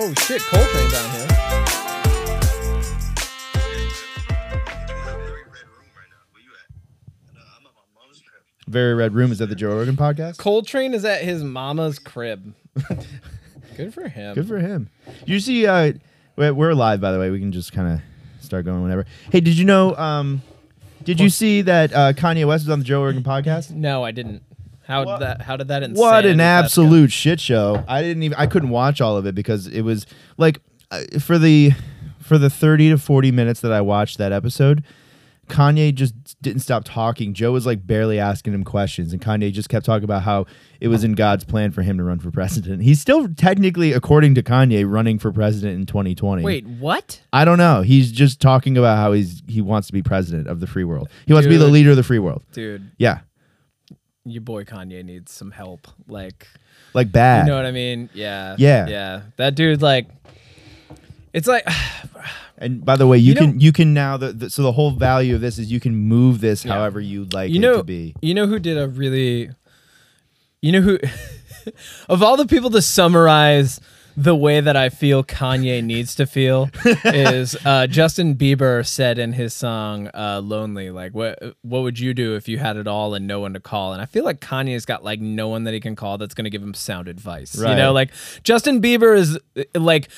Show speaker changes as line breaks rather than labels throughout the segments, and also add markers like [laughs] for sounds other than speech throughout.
Oh shit, Coltrane's on here.
Very Red Room is that the Joe Rogan podcast?
Coltrane is at his mama's crib. [laughs] Good for him.
Good for him. You see, uh, we're we're live by the way. We can just kind of start going whenever. Hey, did you know? Um, did you see that uh, Kanye West was on the Joe Rogan podcast?
no, I didn't. How
What-
did that? How did that?
What
insanity
an
pass go?
absolute shit show! I didn't even I couldn't watch all of it because it was like uh, for the for the thirty to forty minutes that I watched that episode, Kanye just didn't stop talking. Joe was like barely asking him questions, and Kanye just kept talking about how it was in God's plan for him to run for president. He's still technically, according to Kanye, running for president in twenty twenty.
Wait, what?
I don't know. He's just talking about how he's he wants to be president of the free world. He wants to be the
Dude.
leader of the free world.
Dude,
Yeah,
your boy Kanye needs some help. Like,
like bad.
you know what I mean? Yeah.
Yeah.
Yeah. That dude, like, it's like,
And by the way, you,
You know-
can you can now the, the so the whole value of this is you can move this
Yeah.
however you'd like
you
it
know,
to be.
you know who did a really, you know who, [laughs] of all the people to summarize the way that I feel Kanye needs to
[laughs]
feel is uh, Justin Bieber said in his song uh, "Lonely," like what what would you do if you had it all and no one to call? And I feel like Kanye's got like no one that he can call that's going to give him sound advice. You
Right.
know, like Justin Bieber is uh, like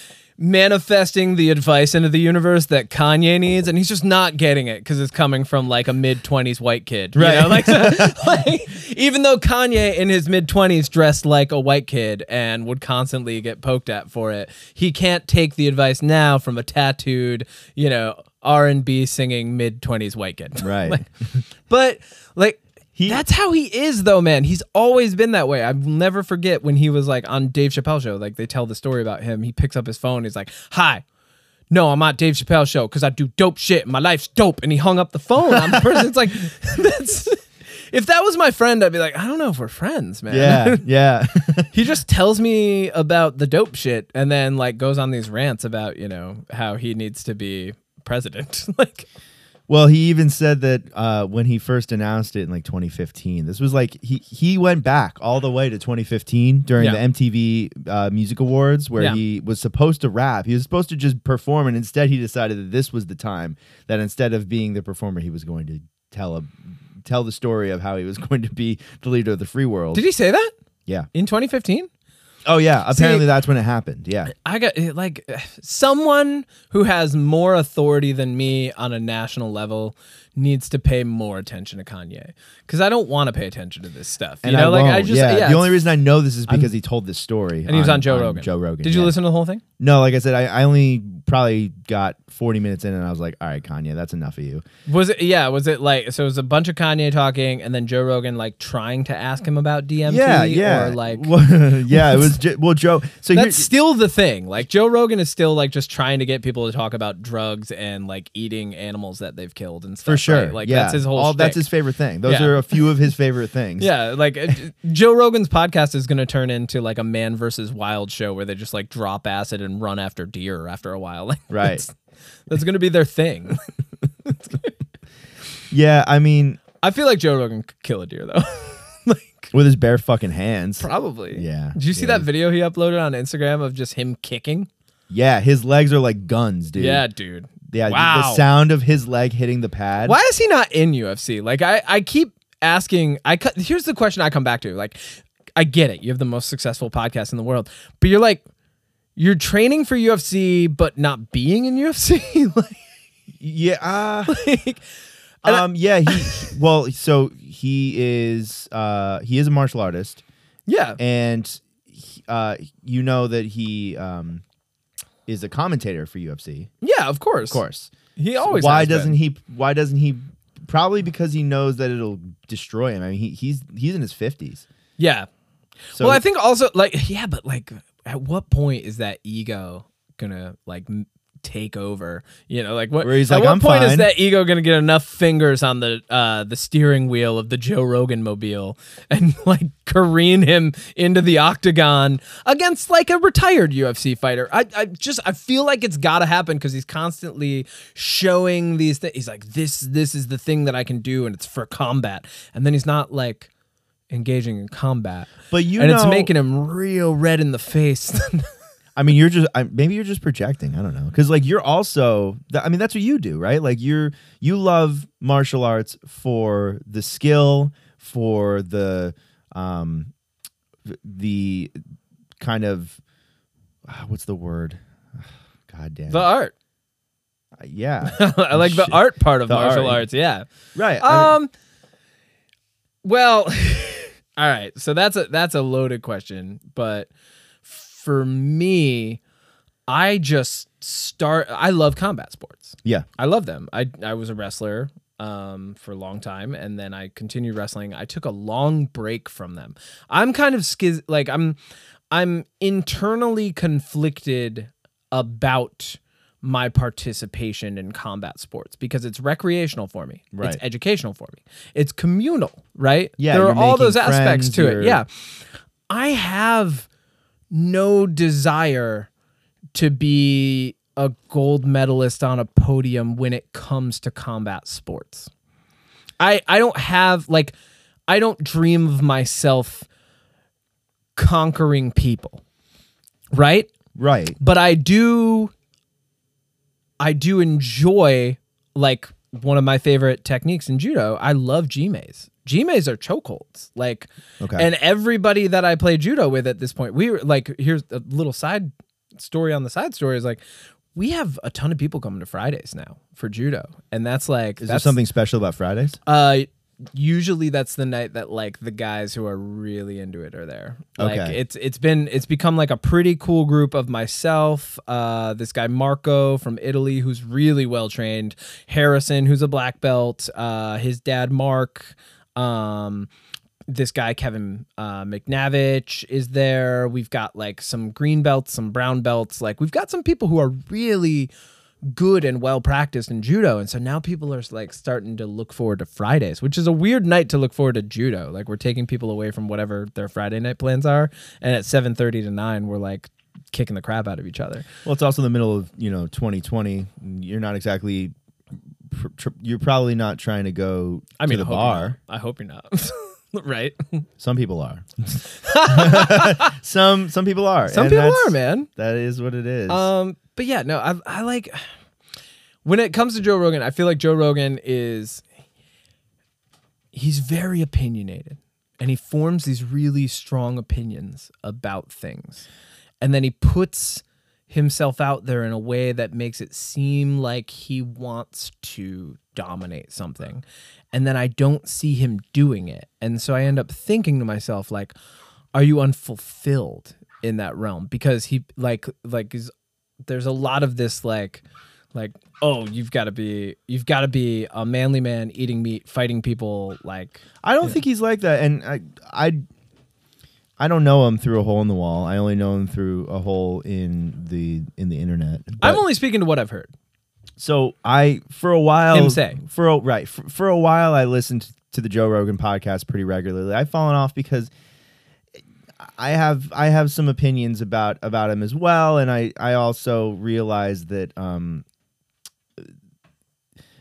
manifesting the advice into the universe that Kanye needs and he's just not getting it cuz it's coming from like a mid 20s white kid you
Right.
know? like, so- like, even though Kanye in his mid 20s dressed like a white kid and would constantly get poked at for it he can't take the advice now from a tattooed you know R&B singing mid 20s white kid
Right.
Like, but like
He-
that's how he is though, man. He's always been that way. I'll never forget when he was like on Dave Chappelle show. Like they tell the story about him. He picks up his phone. He's like, "Hi, no, I'm on Dave Chappelle show because I do dope shit. My life's dope." And he hung up the phone. I'm the person. It's like [laughs] that's if that was my friend, I'd be like, I don't know if we're friends, man.
[laughs] yeah, yeah.
[laughs]
[laughs]
he just tells me about the dope shit and then like goes on these rants about you know how he needs to be president. [laughs] like
well, he even said that uh, when he first announced it in like 2015. This was like he he went back all the way to 2015 during
Yeah.
the MTV uh, Music Awards where
Yeah.
he was supposed to rap. He was supposed to just perform, and instead he decided that this was the time that instead of being the performer, he was going to tell a tell the story of how he was [laughs] going to be the leader of the free world.
did he say that
yeah.
in 2015?
Oh yeah. Apparently
See-
that's when it happened. Yeah.
I got eh, like eh, someone who has more authority than me on a national level needs to pay more attention to Kanye because I don't want to pay attention to this stuff. You
And
know,
I
like
won't.
I just
yeah. The only
it's-
reason I know this is because he told this story,
and he was on Joe Rogan.
Joe Rogan.
Did you
yeah.
listen to the whole thing?
No, like I said, I, I only probably got forty minutes in, and I was like, "All right, Kanye, that's enough of you."
Was it yeah? Was it like so? It was a bunch of Kanye talking and then Joe Rogan like trying to ask him about DMT.
yeah, yeah,
Or like
Well, [laughs] yeah, it was ju- well, Joe. So here,
that's still the thing. Like Joe Rogan is still like just trying to get people to talk about drugs and like eating animals that they've killed and stuff.
for sure,
right? Like
yeah,
that's his whole.
All, that's
shtick.
his favorite thing. Those
Yeah.
are a few of his favorite things.
Yeah, like uh, Joe Rogan's podcast is going to turn into like a man versus wild show where they just like drop acid and run after deer after a while. [laughs] Like,
Right.
That's, that's going to be their thing.
yeah. I mean,
I feel like Joe Rogan could kill a deer though. like
with his bare fucking
[laughs]
hands.
probably.
Yeah,
Did you see
yeah.
that video he uploaded on Instagram of just him kicking?
Yeah, his legs are like guns, dude.
Yeah, dude.
yeah. the-
Wow.
The sound of his leg hitting the pad.
Why is he not in UFC? Like I, I keep asking. I cut. Here's the question I come back to. Like, I get it. You have the most successful podcast in the world, but you're like, you're training for UFC, but not being in UFC. [laughs] like,
Yeah. Uh,
[laughs] like, And I-
um yeah he well so he is uh he is a martial artist
yeah,
and he- uh you know that he um is a commentator for UFC
yeah. Of course,
of course
He always.
why
has been.
doesn't he why doesn't he probably because he knows that it'll destroy him I mean he, he's he's in his 50s
Yeah.
so
well, I think also like yeah, but like, at what point is that ego gonna like m- take over. You know, like what?
Where he's
at
like,
what
"I'm
point is
fine."
that ego going to get enough fingers on the uh, the steering wheel of the Joe Rogan mobile [laughs] and like careen him into the octagon against like a retired UFC fighter? I, I just I feel like it's got to happen because he's constantly showing these things. He's like, this this is the thing that I can do, and it's for combat. And then he's not like engaging in combat.
But you
and it's
know-
making him real red in the face. [laughs]
I mean, you're just I, maybe you're just projecting. I don't know, because like you're also. th- I mean, that's what you do, right? Like you're you love martial arts for the skill, for the um, the kind of ah, what's the word? [sighs] God damn. it.
the art. [laughs]
[laughs] yeah,
I like the
Shit.
art part of
The
martial
art.
arts. Yeah.
right. I mean,
Um. Well, [laughs] all right. So that's a that's a loaded question, but for me, I just start. I love combat sports.
yeah,
I love them. I I was a wrestler um for a long time and then I continued wrestling. I took a long break from them. I'm kind of schiz like I'm I'm internally conflicted about my participation in combat sports because it's recreational for me.
Right.
It's educational for me. It's communal, right?
Yeah,
There are
you're
all those
making
aspects
friends,
to
you're-
it. Yeah. I have no desire to be a gold medalist on a podium when it comes to combat sports. I I don't have like I don't dream of myself conquering people. Right?
right.
but I do I do enjoy like one of my favorite techniques in judo. I love jimes. Jimes are chokeholds. Like
Okay.
and everybody that I play judo with at this point, we were like here's a little side story on the side story is like we have a ton of people coming to Fridays now for judo. And that's like
Is there
that's
something special about Fridays?
uh, usually that's the night that like the guys who are really into it are there. Like
Okay.
it's it's been it's become like a pretty cool group of myself, uh, this guy Marco from Italy who's really well trained, Harrison who's a black belt, uh, his dad Mark, um, this guy Kevin uh, McNavich is there. We've got like some green belts, some brown belts. Like we've got some people who are really good and well practiced in judo, and so now people are like starting to look forward to Fridays, which is a weird night to look forward to judo. Like we're taking people away from whatever their Friday night plans are, and at seven thirty to nine, we're like kicking the crap out of each other.
Well, it's also the middle of you know 2020. You're not exactly. pr- tr- You're probably not trying to go
I mean, I
to the
hope you're
bar.
not. [laughs] I hope you're not. right?
Some
[laughs]
people are. [laughs] some some people are.
Some
and
people
that's-
are, man.
That is what it is.
Um, but yeah, no, I I like when it comes to Joe Rogan. I feel like Joe Rogan is he's very opinionated, and he forms these really strong opinions about things, and then he puts himself out there in a way that makes it seem like he wants to dominate something and then i don't see him doing it and so i end up thinking to myself like are you unfulfilled in that realm because he like like is there's a lot of this like like oh you've got to be you've got to be a manly man eating meat fighting people like
I don't think he's like that, and I I I don't know him through a hole in the wall. I only know him through a hole in the in the internet.
i'm
But-
only speaking to what i've heard
so I for a while
Him say.
for a, right for, for a while I listened to the Joe Rogan podcast pretty regularly. I've fallen off because I have I have some opinions about about him as well, and I I also realize that um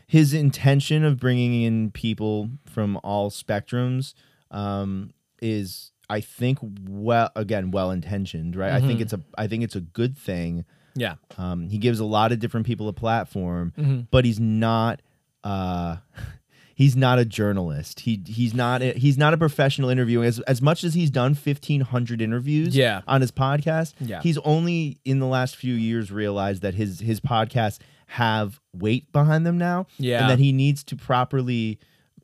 his intention of bringing in people from all spectrums um is I think well again well intentioned right I
Mm-hmm.
think it's a I think it's a good thing
yeah
um, he gives a lot of different people a platform,
Mm-hmm.
but he's not. Uh, [laughs] he's not a journalist. He he's not a, he's not a professional interviewer. As as much as he's done fifteen hundred interviews,
Yeah.
on his podcast,
Yeah.
he's only in the last few years realized that his his podcasts have weight behind them now,
Yeah.
and that he needs to properly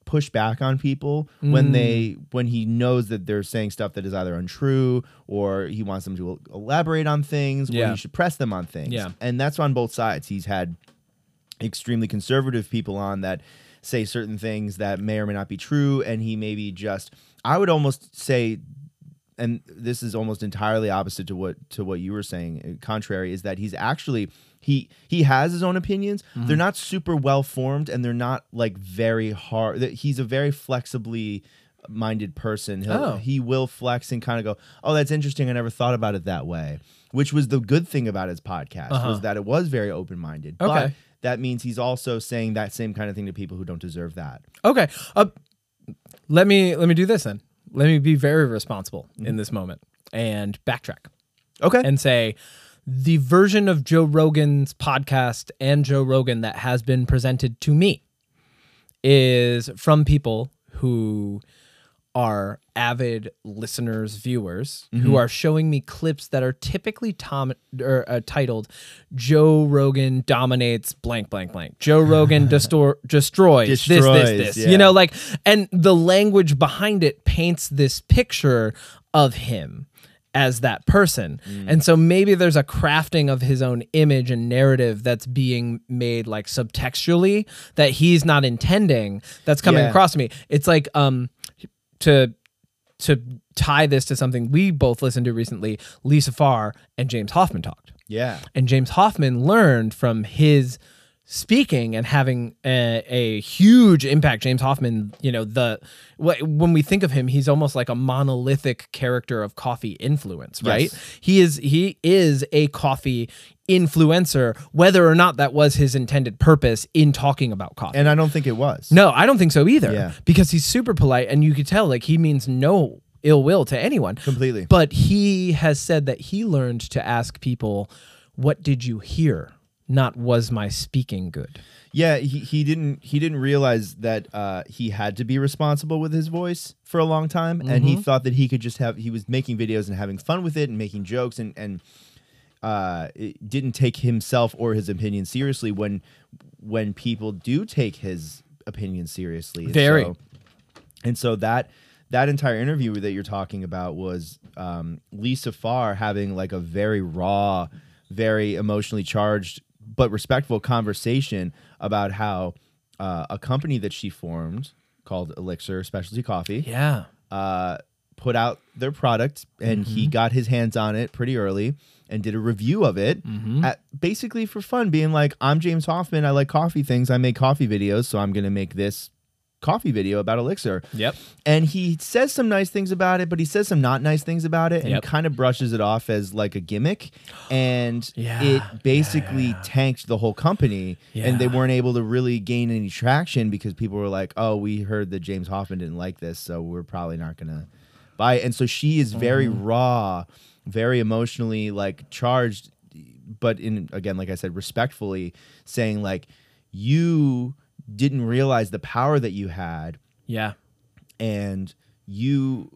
push back on people when
Mm.
they when he knows that they're saying stuff that is either untrue or he wants them to elaborate on things or
Yeah.
he should press them on things
Yeah.
and that's on both sides he's had extremely conservative people on that say certain things that may or may not be true and he maybe just i would almost say and this is almost entirely opposite to what to what you were saying. uh, Contrary is that he's actually he he has his own opinions.
Mm-hmm.
They're not super well formed, and they're not like very hard. that He's a very flexibly minded person. He'll,
Oh.
He will flex and kind of go, "Oh, that's interesting. I never thought about it that way." Which was the good thing about his podcast was that it was very open minded. But
Uh-huh. Okay.
that means he's also saying that same kind of thing to people who don't deserve that.
Okay. Uh, let me let me do this then. Let me be very responsible in this moment and backtrack
Okay.
and say the version of Joe Rogan's podcast and Joe Rogan that has been presented to me is from people who are avid listeners, viewers
Mm-hmm.
who are showing me clips that are typically tom- or, uh, titled "Joe Rogan dominates blank blank blank." Joe
[laughs]
Rogan destor- destroys, this
Destroys,
this this.
yeah.
You know, like, and the language behind it paints this picture of him as that person. And so maybe there's a crafting of his own image and narrative that's being made like subtextually that he's not intending that's coming
Yeah.
across to me. It's like um to to tie this to something we both listened to recently, Lisa Farr and James Hoffman talked.
yeah.
And James Hoffman learned from his speaking and having a, a huge impact. James Hoffman, you know, the wh- when we think of him, he's almost like a monolithic character of coffee influence, right? He is he is a coffee influencer, whether or not that was his intended purpose in talking about coffee.
And I don't think it was.
No, I don't think so either.
Yeah.
Because he's super polite and you could tell like he means no ill will to anyone.
Completely.
But he has said that he learned to ask people, what did you hear? Not was my speaking good.
Yeah, he, he didn't he didn't realize that uh, he had to be responsible with his voice for a long time, and he thought that he could just have he was making videos and having fun with it and making jokes and and uh, it didn't take himself or his opinion seriously when when people do take his opinion seriously.
Very.
So- and so that that entire interview that you're talking about was um, Lisa Farr having like a very raw, very emotionally charged but respectful conversation about how uh, a company that she formed called Elixir Specialty Coffee
Yeah.
uh, put out their product and he got his hands on it pretty early and did a review of it
Mm-hmm.
at, basically for fun being like i'm james hoffman i like coffee things i make coffee videos so i'm going to make this coffee video about elixir
Yep.
and he says some nice things about it but he says some not nice things about it and
Yep.
kind of brushes it off as like a gimmick and
Yeah,
it basically tanked the whole company and they
Yeah.
weren't able to really gain any traction because people were like oh we heard that james hoffman didn't like this so we're probably not gonna buy it and so she is very
Mm-hmm.
raw very emotionally like charged but in again like i said respectfully saying like you didn't realize the power that you had
Yeah.
and you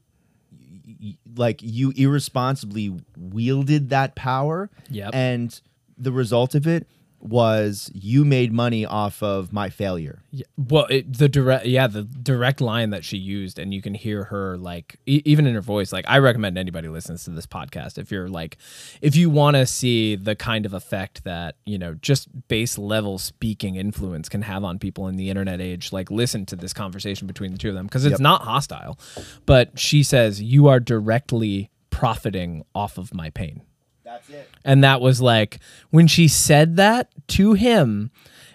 y- y- like you irresponsibly wielded that power
Yep.
and the result of it was you made money off of my failure
Yeah. Well, it, the direct, yeah, the direct line that she used, and you can hear her like, e- even in her voice. Like, I recommend anybody listens to this podcast if you're like, if you want to see the kind of effect that you know just base level speaking influence can have on people in the internet age. Like, listen to this conversation between the two of them because it's not hostile, but she says you are directly profiting off of my pain.
that's it
And that was like when she said that to him,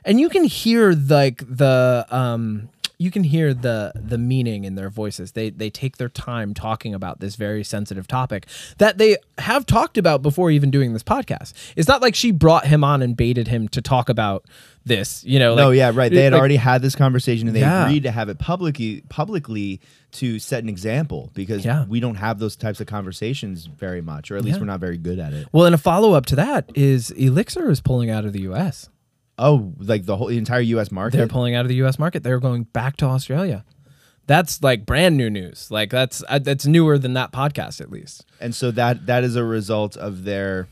and you can hear like the um you can hear the the meaning in their voices. They they take their time talking about this very sensitive topic that they have talked about before even doing this podcast. It's not like she brought him on and baited him to talk about this, you know. Like,
no Oh, yeah right they had
like-
already had this conversation and they
Yeah.
agreed to have it publicly publicly to set an example because
Yeah.
we don't have those types of conversations very much or at least
Yeah.
we're not very good at it
Well, and a follow up to that is Elixir is pulling out of the U.S.
oh like the whole the entire us market
They're pulling out of the U.S. market. They're going back to Australia. That's like brand new news. Like that's uh, that's newer than that podcast, at least.
and so that that is a result of their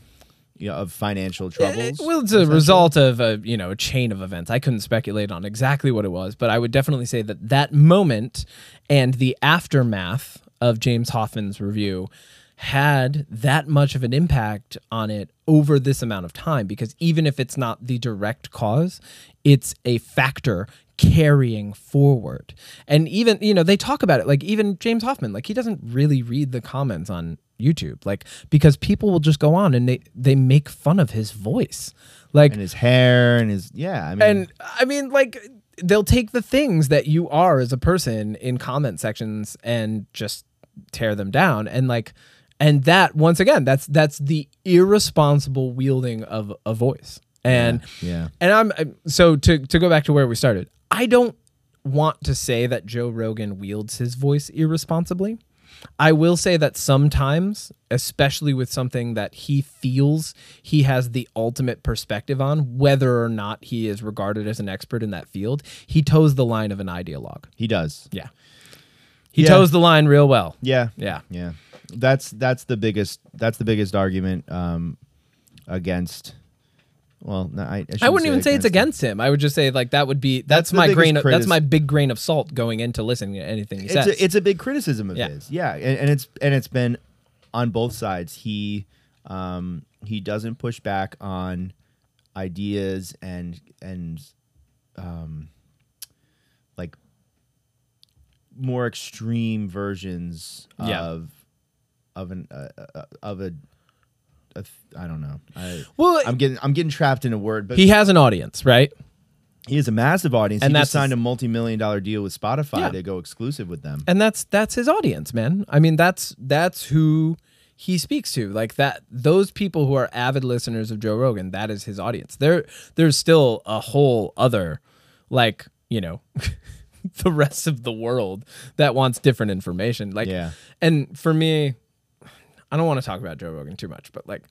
you know of financial troubles
Well, it's a result of a you know a chain of events. I couldn't speculate on exactly what it was, but I would definitely say that that moment and the aftermath of James Hoffman's review had that much of an impact on it over this amount of time because even if it's not the direct cause, it's a factor carrying forward. And even, you know, they talk about it. Like even James Hoffman, like he doesn't really read the comments on YouTube. Like because people will just go on and they they make fun of his voice. Like
and his hair and his yeah. I mean,
and I mean, like, they'll take the things that you are as a person in comment sections and just tear them down. And like, and that once again, that's that's the irresponsible wielding of a voice. And
yeah,
and I'm I'm- so to to go back to where we started. I don't want to say that Joe Rogan wields his voice irresponsibly. I will say that sometimes, especially with something that he feels he has the ultimate perspective on, whether or not he is regarded as an expert in that field, he toes the line of an ideologue.
he does.
Yeah. He
Yeah.
toes the line real well.
Yeah,
Yeah.
yeah. That's that's the biggest that's the biggest argument um, against. Well, no, I
I wouldn't even say it's against
against.
him. I would just say like that would be that's,
That's the
my
biggest
grain of, that's
critis-
my big grain of salt going into listening to anything he says.
it's a, it's a big criticism of
Yeah.
his. Yeah, and, and it's and it's been on both sides. He um he doesn't push back on ideas and and um like more extreme versions
Yeah.
of of an uh, uh, of a, a th- I don't know. I
well,
I'm getting I'm getting trapped in a word, but
he has an audience, right?
he has a massive audience.
And
he
that's-
just signed a multi-million dollar deal with Spotify
Yeah.
to go exclusive with them.
And that's that's his audience, man. I mean, that's that's who he speaks to. Like that those people who are avid listeners of Joe Rogan, that is his audience. There there's still a whole other like, you know, [laughs] the rest of the world that wants different information. Like
Yeah.
and for me, I don't want to talk about Joe Rogan too much, but like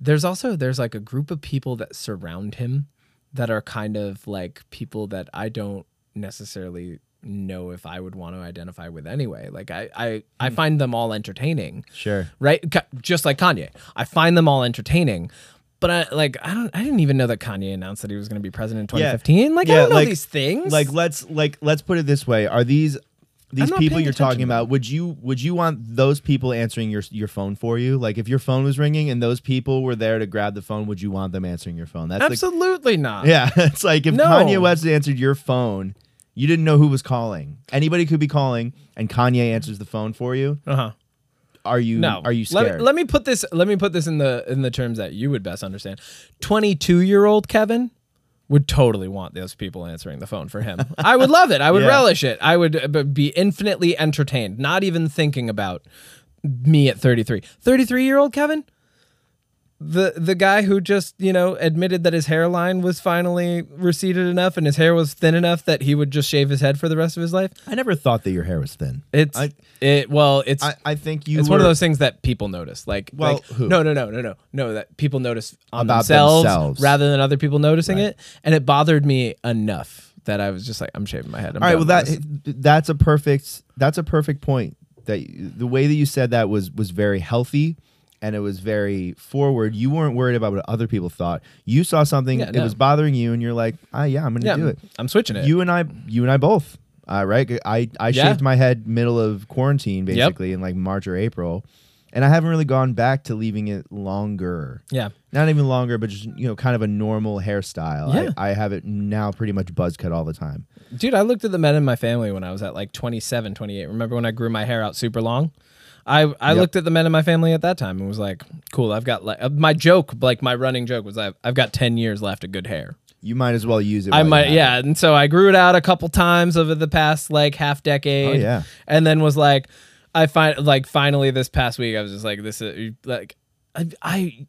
there's also there's like a group of people that surround him that are kind of like people that I don't necessarily know if I would want to identify with anyway. Like I I,
Hmm.
I find them all entertaining.
Sure.
Right? Ka- Just like Kanye. I find them all entertaining. But I like I don't I didn't even know that Kanye announced that he was going to be president in 2015. Like I
Yeah,
don't know
like-
these things.
like let's like let's put it this way are these
I'm
these
not
people
paying
you're talking
attention,
about would you would you want those people answering your your phone for you like if your phone was ringing and those people were there to grab the phone would you want them answering your phone that's
absolutely not.
like [laughs] yeah it's like if
No.
kanye west answered your phone you didn't know who was calling anybody could be calling and kanye answers the phone for you
Uh-huh.
are you
No.
are you
Let me-
scared
Let, me put this let me put this in the in the terms that you would best understand. 22-year-old Kevin would totally want those people answering the phone for
[laughs]
him. I would love it. I would
Yeah.
relish it. I would uh, b- be infinitely entertained, not even thinking about me at 33. 33-year-old Kevin? The the guy who just, you know, admitted that his hairline was finally receded enough and his hair was thin enough that he would just shave his head for the rest of his life.
i never thought that your hair was thin
It's
I-
it well, it's
i, I think you
it's one of
were-
those things that people notice. Like,
Well,
like,
who?
no, no, no, no, no, no. That people notice on
About
themselves,
themselves.
rather than other people noticing it, and it bothered me enough that I was just like, I'm shaving my head. I'm
All right. Well,
done
that
with this.
that's a perfect that's a perfect point. That you- the way that you said that was was very healthy, and it was very forward. You weren't worried about what other people thought. You saw something
Yeah,
that
no.
was bothering you, and you're like, ah, yeah, I'm gonna
yeah,
do it.
I'm switching it.
You and I, you and I both. Uh, right. I I
Yeah.
shaved my head middle of quarantine, basically in like March or April, and I haven't really gone back to leaving it longer.
yeah,
Not even longer, but just you know, kind of a normal hairstyle.
Yeah.
I, I have it now pretty much buzz cut all the time.
dude. I looked at the men in my family when I was at like 27, 28. Remember when I grew my hair out super long? I, I
Yep.
looked at the men in my family at that time and was like, cool. I've got like uh, my joke, like my running joke was I've, I've got 10 years left of good hair.
You might as well use it.
I
while you
might,
have it.
yeah. And so I grew it out a couple times over the past like half decade.
Oh, yeah.
And then was like, I find like finally this past week I was just like, this is like, I, I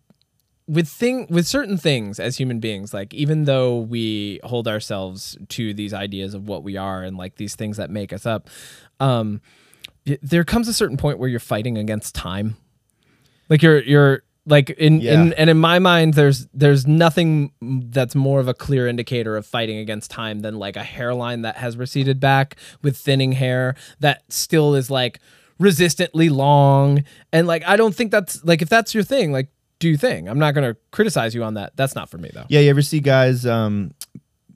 with thing with certain things as human beings, like even though we hold ourselves to these ideas of what we are and like these things that make us up, um, y- there comes a certain point where you're fighting against time like you're you're like in,
Yeah.
in and in my mind there's there's nothing that's more of a clear indicator of fighting against time than like a hairline that has receded back with thinning hair that still is like resistantly long and like i don't think that's like if that's your thing like do your thing i'm not going to criticize you on that that's not for me though
Yeah, you ever see guys um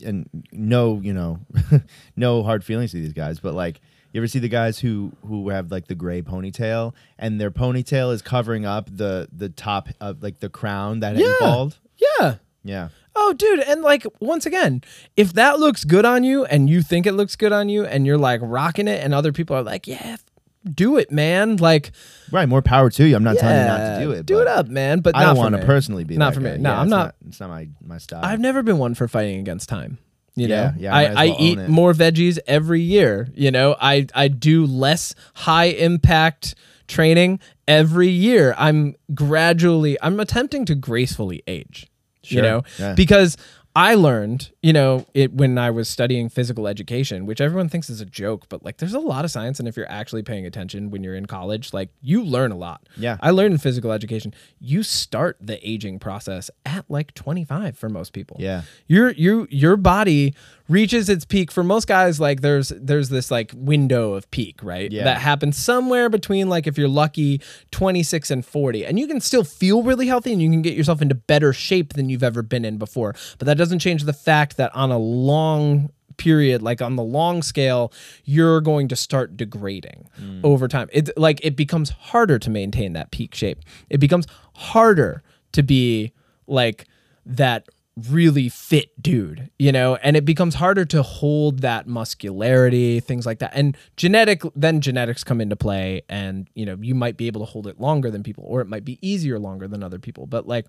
and no, you know, [laughs] no hard feelings to these guys, but like you ever see the guys who who have like the gray ponytail and their ponytail is covering up the the top of like the crown that yeah.
Yeah.
bald?
yeah
Yeah.
Oh, dude. And like, once again, if that looks good on you and you think it looks good on you and you're like rocking it and other people are like, yeah, do it, man. Like,
Right, more power to you. I'm not telling you
yeah,
not to do it.
Do
but
it up, man. But
I don't
want
want to personally be
Not
that
for me.
guy.
No,
Yeah,
I'm
it's
not-
It's not my my style.
I've never been one for fighting against time. You
Yeah,
know, I,
yeah, might as
I
well own
eat
it.
more veggies every year. You know, I, I do less high impact training every year. I'm gradually, I'm attempting to gracefully age, you
Sure,
know,
yeah.
because I learned, you know, it when I was studying physical education, which everyone thinks is a joke, but like there's a lot of science. And if you're actually paying attention when you're in college, like you learn a lot.
Yeah.
I learned in physical education, you start the aging process at like 25 for most people.
Yeah.
Your you your body reaches its peak for most guys like there's there's this like window of peak, right?
Yeah.
That happens somewhere between like if you're lucky 26 and 40. And you can still feel really healthy and you can get yourself into better shape than you've ever been in before. But that doesn't change the fact that on a long period like on the long scale you're going to start degrading
Mm.
over time it's like it becomes harder to maintain that peak shape it becomes harder to be like that really fit dude you know and it becomes harder to hold that muscularity things like that and genetic then genetics come into play and you know you might be able to hold it longer than people or it might be easier longer than other people but like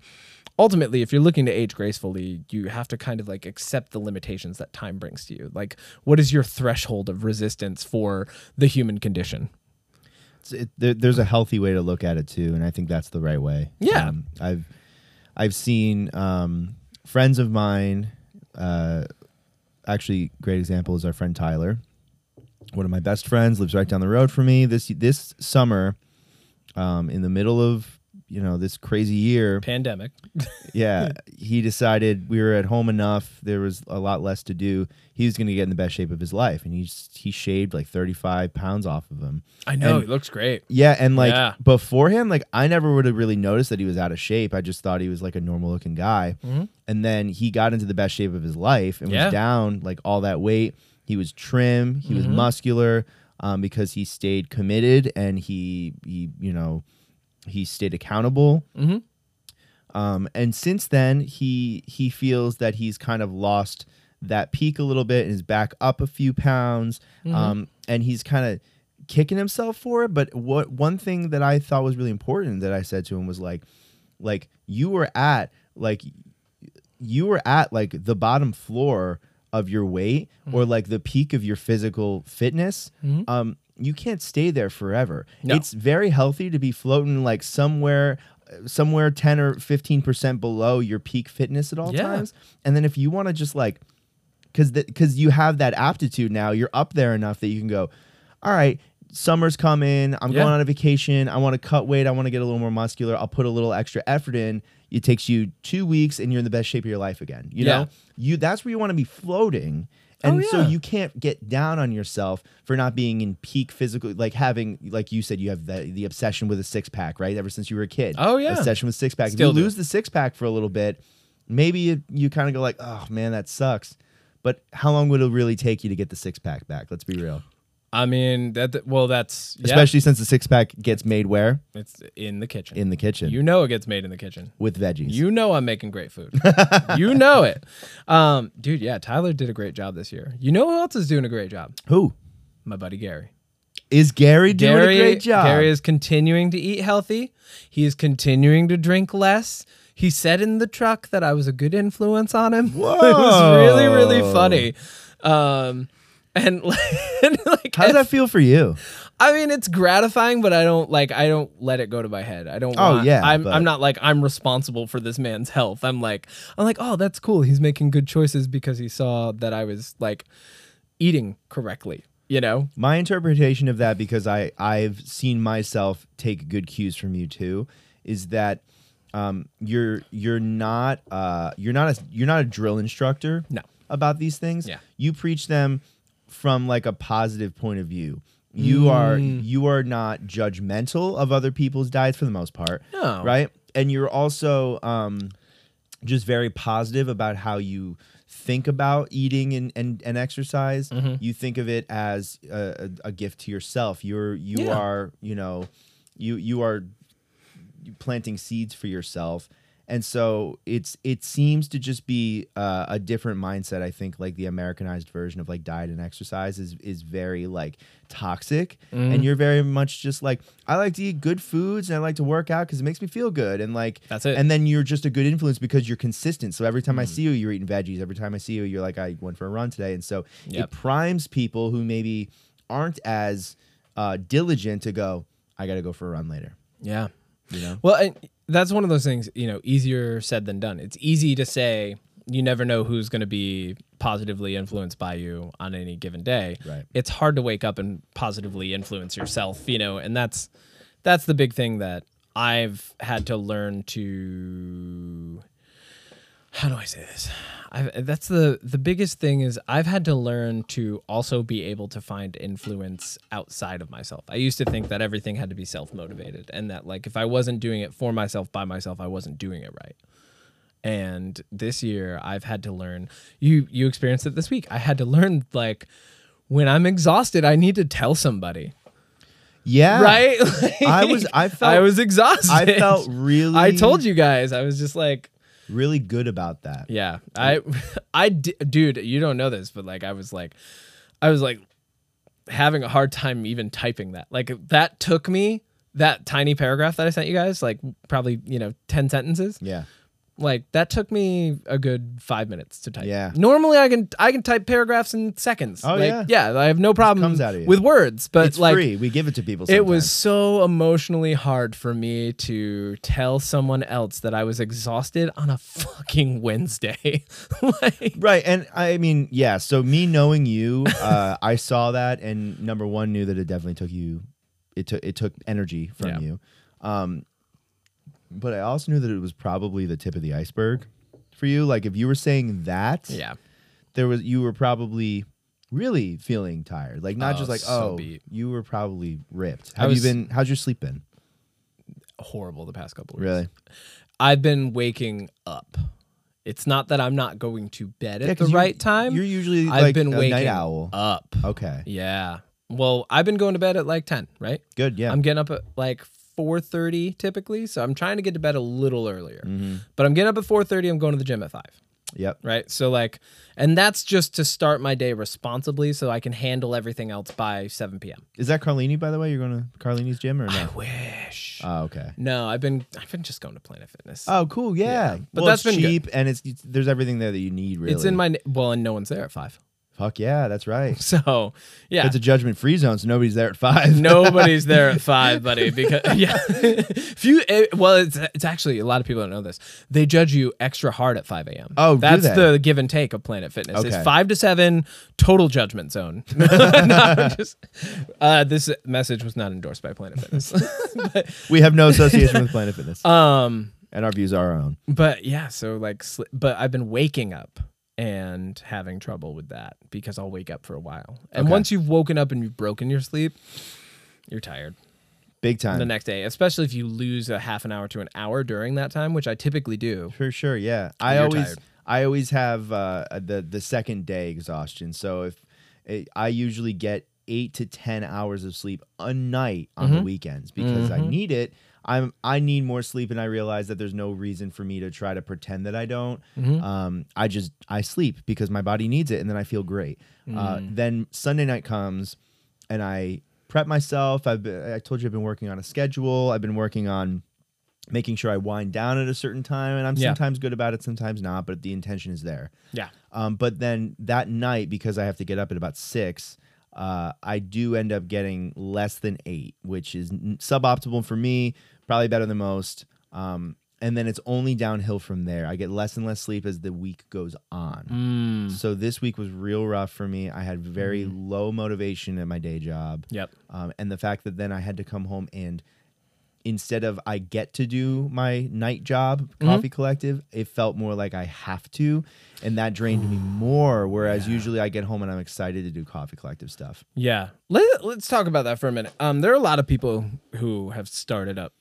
ultimately if you're looking to age gracefully you have to kind of like accept the limitations that time brings to you like what is your threshold of resistance for the human condition
it's- it, there, there's a healthy way to look at it too, and I think that's the right way.
Yeah.
Um, I've I've seen um, friends of mine. Uh, actually, great example is our friend Tyler, one of my best friends, lives right down the road from me. This this summer, um, in the middle of you know this crazy year,
pandemic
yeah, he decided we were at home enough. There was a lot less to do. He was going to get in the best shape of his life, and he s- he shaved like 35 pounds off of him.
i know
And-
it looks great
Yeah, and like
Yeah.
beforehand, like I never would have really noticed that he was out of shape. I just thought he was like a normal looking guy. And then he got into the best shape of his life and
Mm-hmm. Yeah.
was down like all that weight. He was trim, he
Mm-hmm.
was muscular, um, because he stayed committed and he he you know he stayed accountable.
Mhm.
Um, and since then, he he feels that he's kind of lost that peak a little bit and is back up a few pounds. Um, and he's kind of kicking himself for it. But what one thing that I thought was really important that I said to him was like, like you were at like you were at like the bottom floor of your weight
Mm-hmm.
or like the peak of your physical fitness um you can't stay there forever
No.
it's very healthy to be floating like somewhere uh, somewhere 10 or 15% below your peak fitness at all
Yeah.
times and then if you want to just like because because you have that aptitude now you're up there enough that you can go all right summer's coming i'm
Yeah.
going on a vacation i want to cut weight i want to get a little more muscular i'll put a little extra effort in it takes you two weeks and you're in the best shape of your life again you
Yeah. Oh,
know you that's where you want to be floating and so
yeah.
you can't get down on yourself for not being in peak physical like having like you said you have the, the obsession with a six-pack right ever since you were a kid
Oh, yeah.
obsession with six-pack
Still
if you
do.
lose the six-pack for a little bit maybe you, you kind of go like oh man that sucks but how long would it really take you to get the six pack back? Let's be real.
i mean that that- well that's yeah,
Especially since the six pack gets made where?
it's in the kitchen
In the kitchen
you know it gets made in the kitchen
with veggies.
You know I'm making great
[laughs]
food. you know it. Um, dude, yeah, Tyler did a great job this year. You know who else is doing a great job?
Who?
My buddy Gary.
Is Gary doing
Gary,
a great job?
Gary is continuing to eat healthy. He is continuing to drink less. He said in the truck that I was a good influence on him. [laughs] Whoa. it was really, really
Whoa.
funny. Um, and [laughs] like, and like
How does that feel for you?
I mean, it's gratifying, but I don't like. I don't let it go to my head. I don't.
Oh,
want-
yeah,
I'm.
but-
I'm not like I'm responsible for this man's health. I'm like. I'm like. Oh, that's cool. He's making good choices because he saw that I was like eating correctly. You know.
My interpretation of that, because I I've seen myself take good cues from you too, is that um, you're you're not uh, you're not a you're not a drill instructor.
No.
About these things.
Yeah.
You preach them from like a positive point of view. You are
Mm.
you are not judgmental of other people's diets for the most part.
No.
Right. And you're also um, just very positive about how you think about eating and, and, and exercise you think of it as a, a, a gift to yourself you're you
Yeah.
are you know you you are planting seeds for yourself and so it's it seems to just be uh, a different mindset. I think like the Americanized version of like diet and exercise is is very like toxic,
Mm-hmm.
and you're very much just like I like to eat good foods and I like to work out because it makes me feel good, and like
That's it. Mm-hmm.
And then you're just a good influence because you're consistent. So every time I see you, you're eating veggies. Every time I see you, you're like I went for a run today, and so
Yep.
it primes people who maybe aren't as uh, diligent to go. I got to go for a run later.
Yeah.
You know.
Well, and that's one of those things, you know, easier said than done. It's easy to say you never know who's going to be positively influenced by you on any given day.
Right.
It's hard to wake up and positively influence yourself, you know, and that's that's the big thing that I've had to learn to how do I say this? I've, that's the the biggest thing is I've had to learn to also be able to find influence outside of myself. I used to think that everything had to be self motivated, and that like if I wasn't doing it for myself by myself, I wasn't doing it right. And this year, I've had to learn. You you experienced it this week. I had to learn like when I'm exhausted, I need to tell somebody,
Yeah.
right? [laughs]
I was- I felt-
I was exhausted.
[laughs] I felt
[laughs]
really.
I told you guys. I was just like.
really good about that.
Yeah, I, [laughs] I, di- dude, you don't know this, but like, I was like, I was like, having a hard time even typing that. Like, that took me that tiny paragraph that I sent you guys, like probably you know ten sentences.
Yeah.
Like that took me a good five minutes to type.
Yeah.
Normally, I can I can type paragraphs in seconds.
Oh,
like,
yeah.
Yeah, I have no problem
comes out of you.
with words, but
It's
like
free. We give it to people.
it was so emotionally hard for me to tell someone else that I was exhausted on a fucking Wednesday. [laughs] like,
sometimes. right, and I mean, yeah. So me knowing you, uh, I saw that, and number one knew that it definitely took you. It took it took energy from
Yeah.
you, um, but I also knew that it was probably the tip of the iceberg for you. Like if you were saying that,
yeah,
there was you were probably really feeling tired. Like not
Oh,
just like
so
oh,
beat.
you were probably ripped.
I
Have
was-
you been? How's your sleep been?
horrible the past couple of weeks.
Really?
I've been waking up. It's not that I'm not going to bed at the
'cause you-
right time.
You're usually
I've
like
been
a
waking
night owl.
up.
Okay.
Yeah. Well, I've been going to bed at like 10, right?
Good. Yeah.
I'm getting up at like 4:30 typically, so I'm trying to get to bed a little earlier.
Mm-hmm.
But I'm getting up at 4:30, I'm going to the gym at 5.
yep.
right? So like, and that's just to start my day responsibly, so I can handle everything else by 7 p.m.
Is that Carlini, by the way? You're going to Carlini's gym or no?
Wish.
Oh, okay.
no, I've been I've been just going to Planet Fitness.
Oh, cool. Yeah.
But
well,
that's
it's
been good.
cheap and it's, it's- there's everything there that you need. Really.
It's in my well, and no one's there at five. [laughs]
Fuck yeah, that's right.
So yeah,
It's a [laughs] judgment free zone, so nobody's there at five.
nobody's there at five, buddy. Because [laughs] yeah, if you eh, well, it's it's actually a lot of people don't know this. They judge you extra hard at 5 a.m.
Oh, do
that's
they?
the give and take of Planet Fitness. It's
Okay.
five to seven total judgment zone. [laughs] No, I'm just- uh, this message was not endorsed by Planet Fitness.
[laughs] we
[laughs]
have no association with Planet Fitness,
Um,
and our views are our own.
but yeah, so like, sli- but I've been waking up and having trouble with that because I'll wake up for a while, and
Okay.
once you've woken up and you've broken your sleep, you're tired
Big time.
the next day, especially if you lose a half an hour to an hour during that time, which I typically do.
For sure, yeah. I
You're
always
tired.
I always have uh, the the second day exhaustion. So if it, I usually get eight to ten hours of sleep a night on
Mm-hmm.
the weekends because I need it. I'm I need more sleep, and I realize that there's no reason for me to try to pretend that I don't.
Mm-hmm.
Um, I just I sleep because my body needs it, and then I feel great. Uh,
Mm.
then Sunday night comes, and I prep myself. I've been, I told you I've been working on a schedule. I've been working on making sure I wind down at a certain time. And I'm
Yeah.
sometimes good about it, sometimes not, but the intention is there.
Yeah.
Um, but then that night, because I have to get up at about six, uh, I do end up getting less than eight, which is n- suboptimal for me, probably better than most. Um, and then it's only downhill from there. I get less and less sleep as the week goes on. So this week was real rough for me. I had very low motivation at my day job
Yep.
um, and the fact that then I had to come home and instead of I get to do my night job,
Mm-hmm.
Coffee Collective, it felt more like I have to, and that
[sighs]
drained me more. Whereas usually I get home and I'm excited to do Coffee Collective stuff.
Yeah. Let, let's talk about that for a minute. Um, there are a lot of people who have started up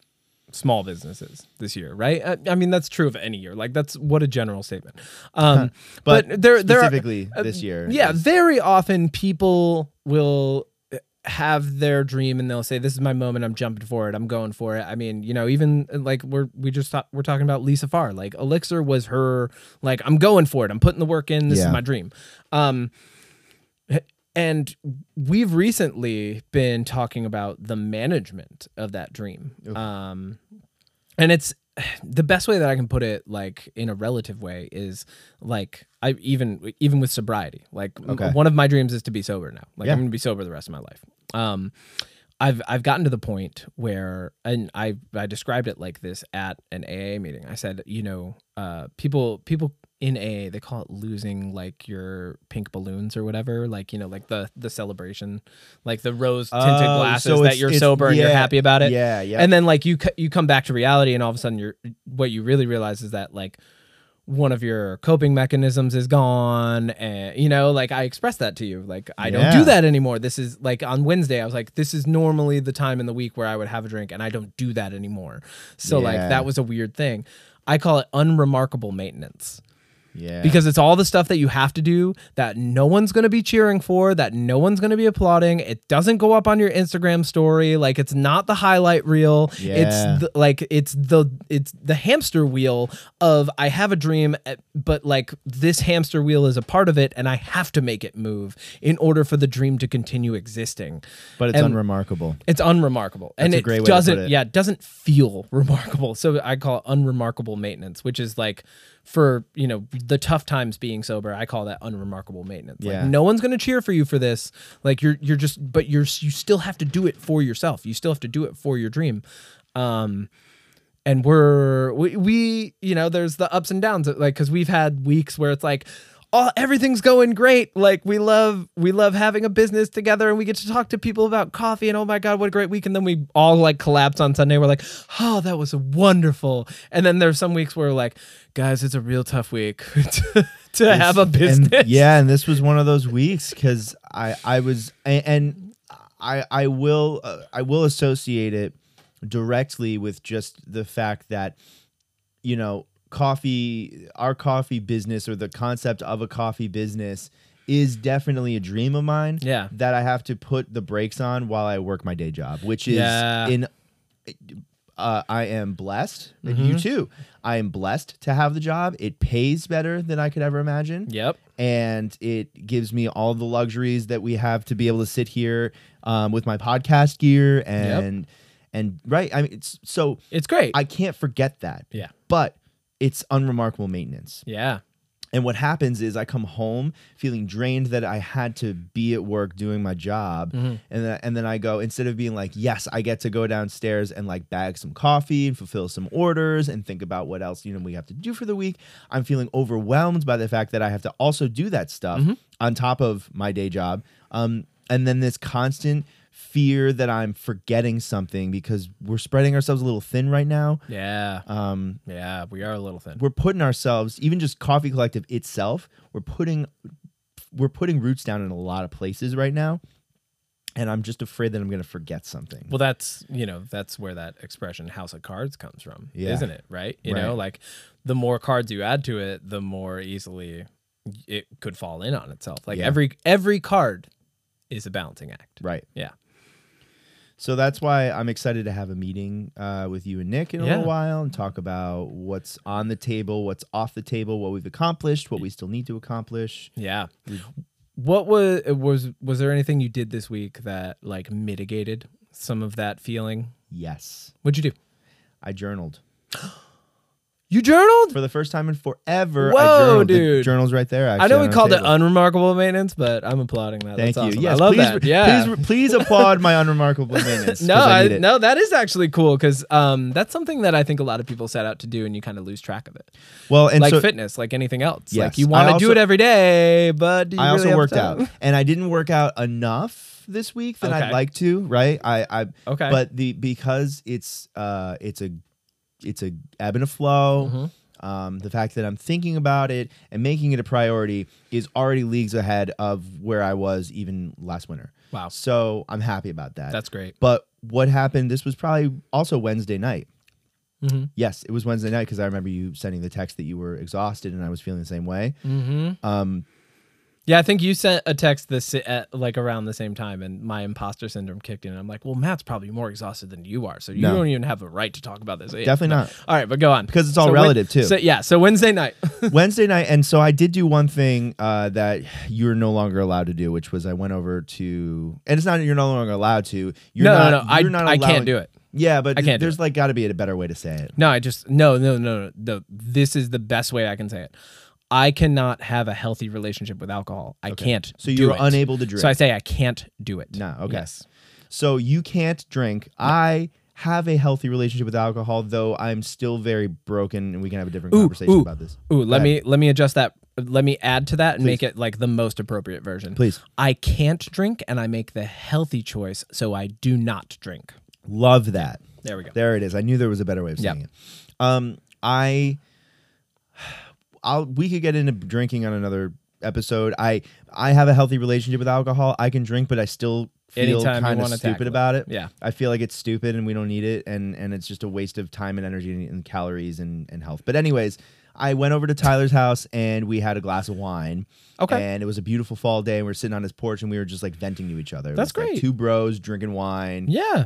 small businesses this year, right? I, I mean, that's true of any year. Like that's what a general statement. Um, but,
[laughs] But
there, there are- uh,
specifically this year
Yeah,
is-
very often people will uh, have their dream and they'll say, "This is my moment. I'm jumping for it. I'm going for it." I mean, you know, even uh, like we're we just talk, we're talking about Lisa Farr. Like Elixir was her like, "I'm going for it. I'm putting the work in. This
Yeah.
is my dream." Um, and we've recently been talking about the management of that dream. Um, and it's [sighs] the best way that I can put it, like in a relative way, is like I even even with sobriety, like m-
Okay.
one of my dreams is to be sober now. Like
Yeah.
I'm gonna be sober the rest of my life. Um, I've I've gotten to the point where, and I I described it like this at an AA meeting. I said, you know, uh, people people in AA they call it losing like your pink balloons or whatever, like you know, like the the celebration, like the rose tinted
Oh,
glasses
so
that
it's-
you're
it's-
sober and you're
yeah,
happy about it.
yeah, yeah.
And then like you c- you come back to reality, and all of a sudden you're what you really realize is that like one of your coping mechanisms is gone and you know like i expressed that to you like i don't
Yeah.
do that anymore this is like on wednesday i was like this is normally the time in the week where i would have a drink and i don't do that anymore so like
Yeah.
that was a weird thing i call it unremarkable maintenance
Yeah.
because it's all the stuff that you have to do that no one's going to be cheering for, that no one's going to be applauding. It doesn't go up on your Instagram story. Like it's not the highlight reel.
Yeah.
It's the, like it's the it's the hamster wheel of I have a dream, eh, but like this hamster wheel is a part of it, and I have to make it move in order for the dream to continue existing.
but it's
and-
unremarkable.
It's unremarkable, and
That's a
it
great way to
doesn't.
put it.
Yeah, it doesn't feel [laughs] remarkable. So I call it unremarkable maintenance, which is like for you know the tough times being sober. I call that unremarkable maintenance.
Yeah.
Like no one's gonna cheer for you for this. Like you're you're just, but you're you still have to do it for yourself. You still have to do it for your dream. Um, and we're we, we you know there's the ups and downs like because we've had weeks where it's like all everything's going great like we love we love having a business together and we get to talk to people about coffee and oh my god what a great week and then we all like collapse on sunday we're like oh that was wonderful and then there's some weeks where we're like guys it's a real tough week [laughs] to, to have a business
And, yeah, and this was one of those weeks because I I was a- and I I will uh, I will associate it directly with just the fact that you know coffee our coffee business or the concept of a coffee business is definitely a dream of mine
Yeah.
that i have to put the brakes on while i work my day job which is
Yeah.
in uh, I am blessed, and
Mm-hmm.
you too. I am blessed to have the job. It pays better than I could ever imagine.
yep
And it gives me all the luxuries that we have to be able to sit here um, with my podcast gear and and right. I mean, it's, so
it's great
I can't forget that.
Yeah.
But it's unremarkable maintenance.
yeah
And what happens is I come home feeling drained that I had to be at work doing my job. And then, and then I go, instead of being like, yes, I get to go downstairs and like bag some coffee and fulfill some orders and think about what else, you know, we have to do for the week. I'm feeling overwhelmed by the fact that I have to also do that stuff on top of my day job. Um, and then this constant fear that I'm forgetting something because we're spreading ourselves a little thin right now.
yeah
Um,
yeah we are a little thin
we're putting ourselves even just coffee collective itself we're putting we're putting roots down in a lot of places right now and i'm just afraid that i'm going to forget something
Well, that's you know that's where that expression "house of cards" comes from,
Yeah.
isn't it? Right? You
Right.
know, like the more cards you add to it, the more easily it could fall in on itself. Like
Yeah.
every every card is a balancing act.
right
Yeah.
so that's why i'm excited to have a meeting uh, with you and nick in a
Yeah.
little while and talk about what's on the table what's off the table what we've accomplished what we still need to accomplish
Yeah. What was was was there anything you did this week that like mitigated some of that feeling?
yes
What'd you do?
i journaled
You journaled.
for the first time in forever I
Whoa,
journaled. The
dude.
journal's right there
I know
actually,
we
on our
called it
table.
unremarkable maintenance, but I'm applauding that.
Thank
That's awesome.
you. Yes,
I love
please,
that. Yeah.
Please, please applaud my unremarkable maintenance. 'cause
No,
I
I,
need it.
no, that is actually cool because um, that's something that I think a lot of people set out to do, and you kind of lose track of it.
Well, and
like
so
fitness, like anything else.
Yes.
Like you
I
want to do
also-
it every day, but do you
I
really
also
have
worked
the
out,
time?
and I didn't work out enough this week that I'd
Okay.
like to. Right? I, I
Okay.
But the because it's uh it's a it's a ebb and a flow.
Mm-hmm.
Um, the fact that I'm thinking about it and making it a priority is already leagues ahead of where I was even last winter.
Wow.
So I'm happy about that.
That's great.
But what happened? This was probably also Wednesday night.
Mhm.
Yes, it was Wednesday night because I remember you sending the text that you were exhausted and I was feeling the same way.
Mm-hmm.
Um,
Yeah, I think you sent a text this at like around the same time, and my imposter syndrome kicked in. And I'm like, well, Matt's probably more exhausted than you are, so you
No.
don't even have a right to talk about this. Yeah. [laughs]
Definitely not.
All right, but go on
Because it's all
So Wed-
relative, too.
So yeah, so Wednesday night.
Wednesday night, and so I did do one thing uh, that you're no longer allowed to do, which was I went over to, and it's not that you're no longer allowed to. You're
no,
not,
no, no, I
You're not
I can't
allowing-
do it.
Yeah, but
I can't do
there's like got to be a better way to say it.
No, I just no, no, no, no. The, this is the best way I can say it. I cannot have a healthy relationship with alcohol. I can't.
So
do
you're
it.
unable to drink.
So I say I can't do it.
No, okay.
Yes.
So you can't drink. I have a healthy relationship with alcohol, though I'm still very broken, and we can have a different conversation
ooh.
about this.
Ooh, let
ahead.
me let me adjust that. Let me add to that and make it like the most appropriate version.
Please.
I can't drink, and I make the healthy choice, so I do not drink.
Love that.
There we go.
There it is. I knew there was a better way of saying
Yep.
it. Um, I, I'll we could get into drinking on another episode. I I have a healthy relationship with alcohol. I can drink, but I still feel
Anytime you
kind of
wanna
stupid
tackle it.
about it.
Yeah.
I feel like it's stupid and we don't need it, and and it's just a waste of time and energy and, and calories and and health. But anyways. I went over to Tyler's house and we had a glass of wine.
Okay.
And it was a beautiful fall day and we were sitting on his porch and we were just like venting to each other. It
That's
was, like,
great.
two bros drinking wine
Yeah.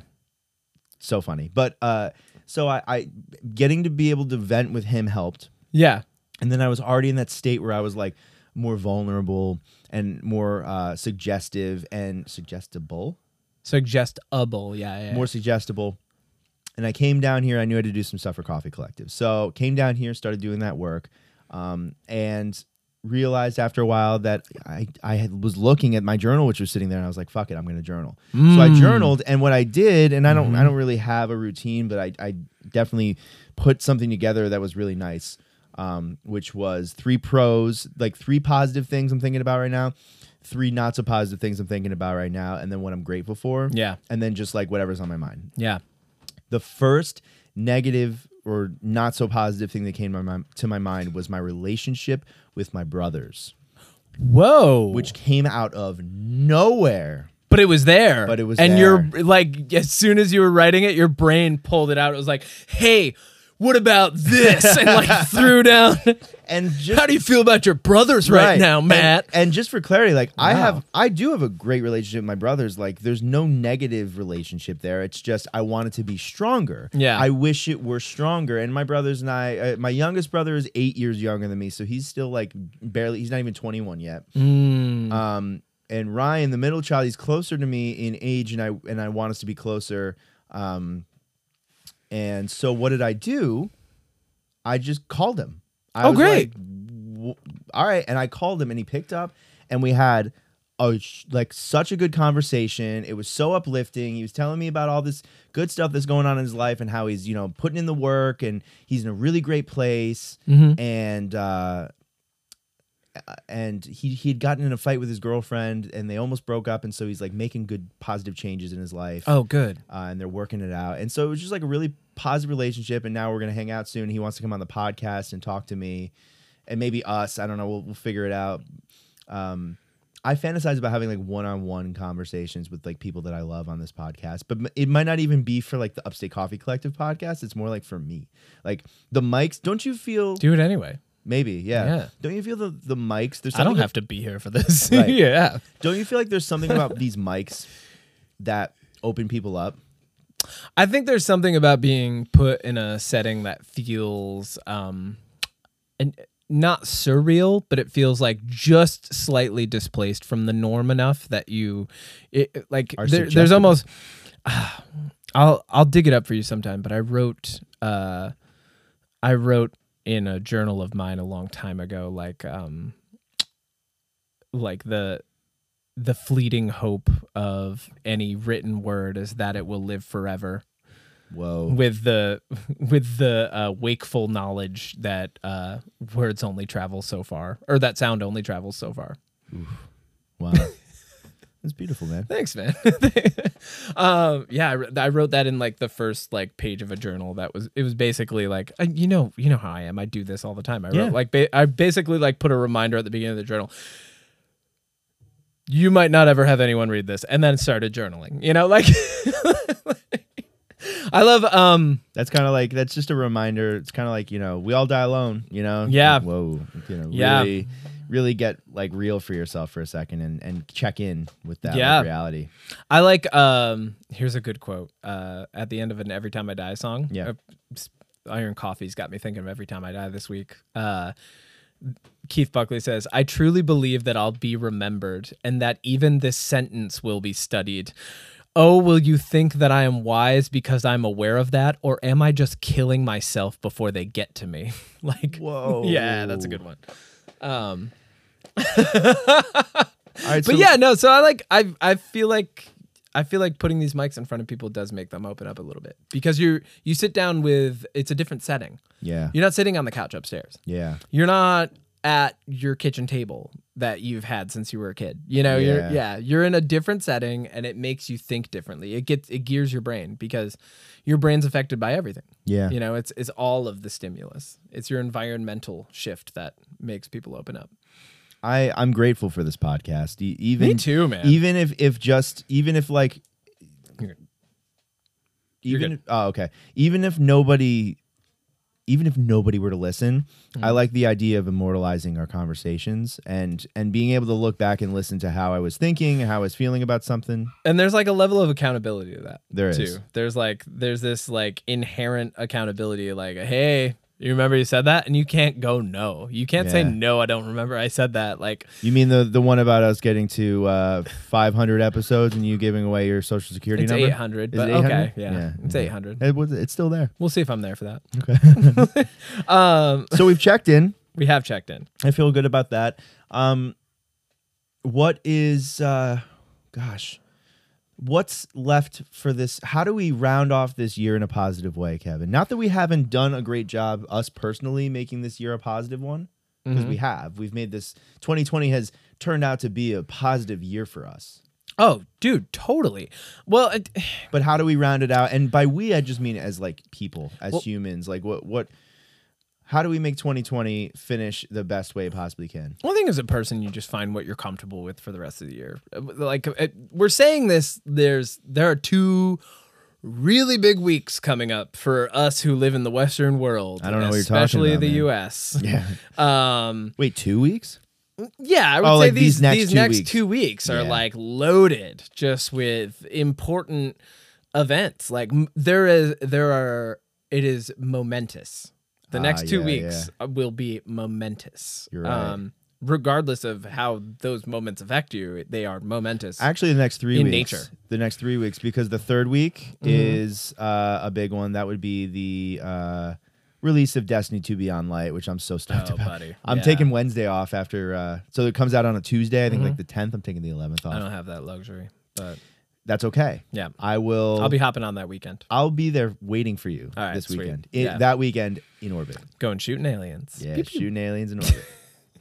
so funny. But uh, so I, I getting to be able to vent with him helped,
Yeah.
and then I was already in that state where I was like more vulnerable and more uh, suggestive and suggestible,
Suggestible. Yeah. yeah.
more suggestible. And I came down here. I knew I had to do some stuff for Coffee Collective, so came down here, started doing that work, um, and realized after a while that I I had, was looking at my journal, which was sitting there, and I was like, "Fuck it, I'm going to journal." So I
Mm. Mm-hmm.
journaled, and what I did, and I don't I don't really have a routine, but I I definitely put something together that was really nice, um, which was three pros, like three positive things I'm thinking about right now, three not so positive things I'm thinking about right now, and then what I'm grateful for.
Yeah.
And then just like whatever's on my mind.
Yeah.
The first negative or not so positive thing that came to my, to my mind was my relationship with my brothers,
Whoa.
which came out of nowhere.
But it was there.
But it was
And
there.
you're like, as soon as you were writing it, your brain pulled it out. It was like, hey, what about
[laughs]
this? And like threw down.
And just
How do you feel about your brothers right, now,
And-
Matt?
[laughs] And, just for clarity, like I
Wow.
have, I do have a great relationship with my brothers. Like, there's no negative relationship there. It's just I want it to be stronger.
Yeah.
I wish it were stronger. And my brothers and I, uh, my youngest brother is eight years younger than me, so he's still like barely. He's not even 21 yet.
Mm.
Um, and Ryan, the middle child, he's closer to me in age, and I and I want us to be closer. Um, and so what did I do? I just called him. I
Oh,
was
great.
like, "W- all right, and I called him, and he picked up, and we had a sh- like such a good conversation. It was so uplifting. He was telling me about all this good stuff that's going on in his life, and how he's you know putting in the work, and he's in a really great place,
Mhm.
and. uh and he he had gotten in a fight with his girlfriend, and they almost broke up. And so he's like making good, positive changes in his life
Oh, good.
uh, and they're working it out. And so it was just like a really positive relationship. And now we're gonna hang out soon. He wants to come on the podcast and talk to me, and maybe us. I don't know. We'll, we'll figure it out. Um, I fantasize about having like one-on-one conversations with like people that I love on this podcast, but m- it might not even be for like the Upstate Coffee Collective podcast. It's more like for me, like the mics. Don't you feel?
Do it anyway.
maybe, yeah.
Yeah.
Don't you feel the the mics? There's
I don't
something
have to be here for this. [laughs]
Right.
yeah.
Don't you feel like there's something about these mics that open people up?
I think there's something about being put in a setting that feels um and not surreal, but it feels like just slightly displaced from the norm enough that you it, it- like
Are
there, there's
suggestible.
almost [sighs] I'll I'll dig it up for you sometime, but I wrote uh I wrote in a journal of mine a long time ago like um like the the fleeting hope of any written word is that it will live forever
Whoa.
with the [laughs] with the uh, wakeful knowledge that uh, words only travel so far or that sound only travels so far [laughs]
Wow. That's beautiful, man.
thanks man [laughs] um, yeah I, wr- I wrote that in like the first like page of a journal that was it was basically like uh, you know you know how i am i do this all the time i wrote
Yeah.
like ba- i basically like put a reminder at the beginning of the journal you might not ever have anyone read this and then started journaling you know like [laughs] i love um
That's kind of like that's just a reminder. It's kind of like you know we all die alone. You know.
Yeah.
Whoa. You know.
Yeah.
Really, really get like real for yourself for a second and and check in with that like,
Yeah.
reality.
I like um here's a good quote. Uh at the end of an Every Time I Die song.
Yeah.
Uh, s- Iron Coffee's got me thinking of Every Time I Die this week. Uh Keith Buckley says, I truly believe that I'll be remembered and that even this sentence will be studied. Oh, will you think that I am wise because I'm aware of that, or am I just killing myself before they get to me? [laughs] like
Whoa.
[laughs] Yeah, that's a good one. Um
All right,
but
so-
yeah, no. So I like I I feel like I feel like putting these mics in front of people does make them open up a little bit because you you sit down with it's a different setting.
yeah,
You're not sitting on the couch upstairs.
yeah,
You're not at your kitchen table that you've had since you were a kid. You know, you're
Yeah.
yeah, you're in a different setting and it makes you think differently. It gets it gears your brain because your brain's affected by everything.
yeah.
You know, it's it's all of the stimulus. It's your environmental shift that makes people open up.
I I'm grateful for this podcast. E- even
too, man.
Even if if just even if like
You're good.
even oh okay even if nobody even if nobody were to listen i like the idea of immortalizing our conversations and and being able to look back and listen to how i was thinking how i was feeling about something
and there's like a level of accountability to that
There
too.
is.
there's like there's this like inherent accountability like hey you remember you said that and you can't go no you can't say
Yeah.
no i don't remember i said that like
you mean the the one about us getting to uh 500 episodes and you giving away your social security
it's
number
800
Is
but
it
okay
800?
yeah,
Yeah,
it's
yeah.
800
it was it's still there
we'll see if i'm there for that
okay
[laughs] um
so we've checked in
we have checked
[laughs]
in
I feel good about that. Um, what is, uh, gosh, what's left for this? How do we round off this year in a positive way, Kevin? Not that we haven't done a great job, us personally, making this year a positive one, because
Mm-hmm.
we have. We've made this 2020 has turned out to be a positive year for us.
oh dude totally well it,
But how do we round it out? And by we, I just mean as like people, as
Well-
humans. Like what, what, how do we make 2020 finish the best way it possibly can?
Well, I think as a person, you just find what you're comfortable with for the rest of the year. Uh, Like uh, we're saying this, there's there are two really big weeks coming up for us who live in the Western world.
I don't know what you're talking
especially
about,
the
man.
U.S.
[laughs] Yeah.
Um,
Wait, two weeks?
yeah, I would
Oh,
say
like
these these next, two,
weeks.
weeks. are
Yeah.
like loaded just with important events. Like m- there is there are it is momentous. The
Ah,
next two
yeah,
weeks uh will be momentous. Um,
You're right.
regardless of how those moments affect you, they are momentous.
Actually, the next three
In
weeks.
nature. Mm-hmm.
The next three weeks, because the third week is uh, a big one. That would be the uh, release of Destiny 2 Beyond Light, which I'm so stoked
Oh,
about.
buddy.
I'm
Yeah.
taking Wednesday off after, uh, so it comes out on a Tuesday. I think like the 10th. I'm taking the 11th
Mm-hmm. I
off.
don't have that luxury, but
That's okay.
yeah,
I will.
I'll be hopping on that weekend.
I'll be there waiting for you
All right,
this
sweet.
weekend. In,
Yeah.
That weekend in orbit.
Going shooting aliens.
Yeah, shooting aliens in
[laughs]
orbit.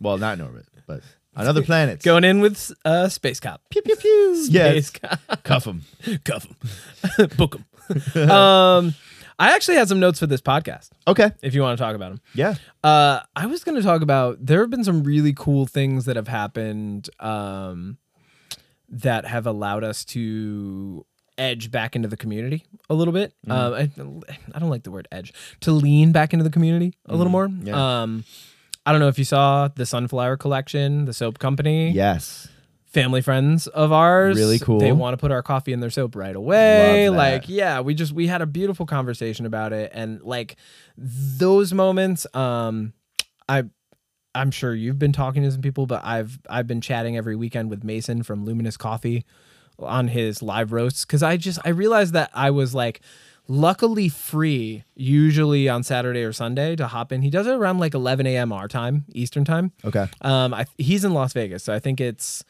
well, not in orbit, but on other planets.
Going in with uh, space cop. Pew pew pew. [laughs]
Yes.
Space cop.
cuff them.
cuff them, [laughs] book them. um, I actually had some notes for this podcast.
Okay.
If you want to talk about them,
Yeah.
[laughs] uh, I was going to talk about there have been some really cool things that have happened um, that have allowed us to edge back into the community a little bit. Um, I, I don't like the word edge. To lean back into the community a little more.
yeah.
Um, I don't know if you saw the Sunflower Collection, the soap company
Yes.
family friends of ours.
Really cool.
They want to put our coffee in their soap right away.
Love that.
Like, yeah, we just we had a beautiful conversation about it and like those moments um I I'm sure you've been talking to some people, but I've I've been chatting every weekend with Mason from Luminous Coffee on his live roasts cuz I just I realized that I was like luckily free usually on Saturday or Sunday to hop in. He does it around like 11 a.m. our time, Eastern time.
Okay.
Um, I, he's in Las Vegas, so I think it's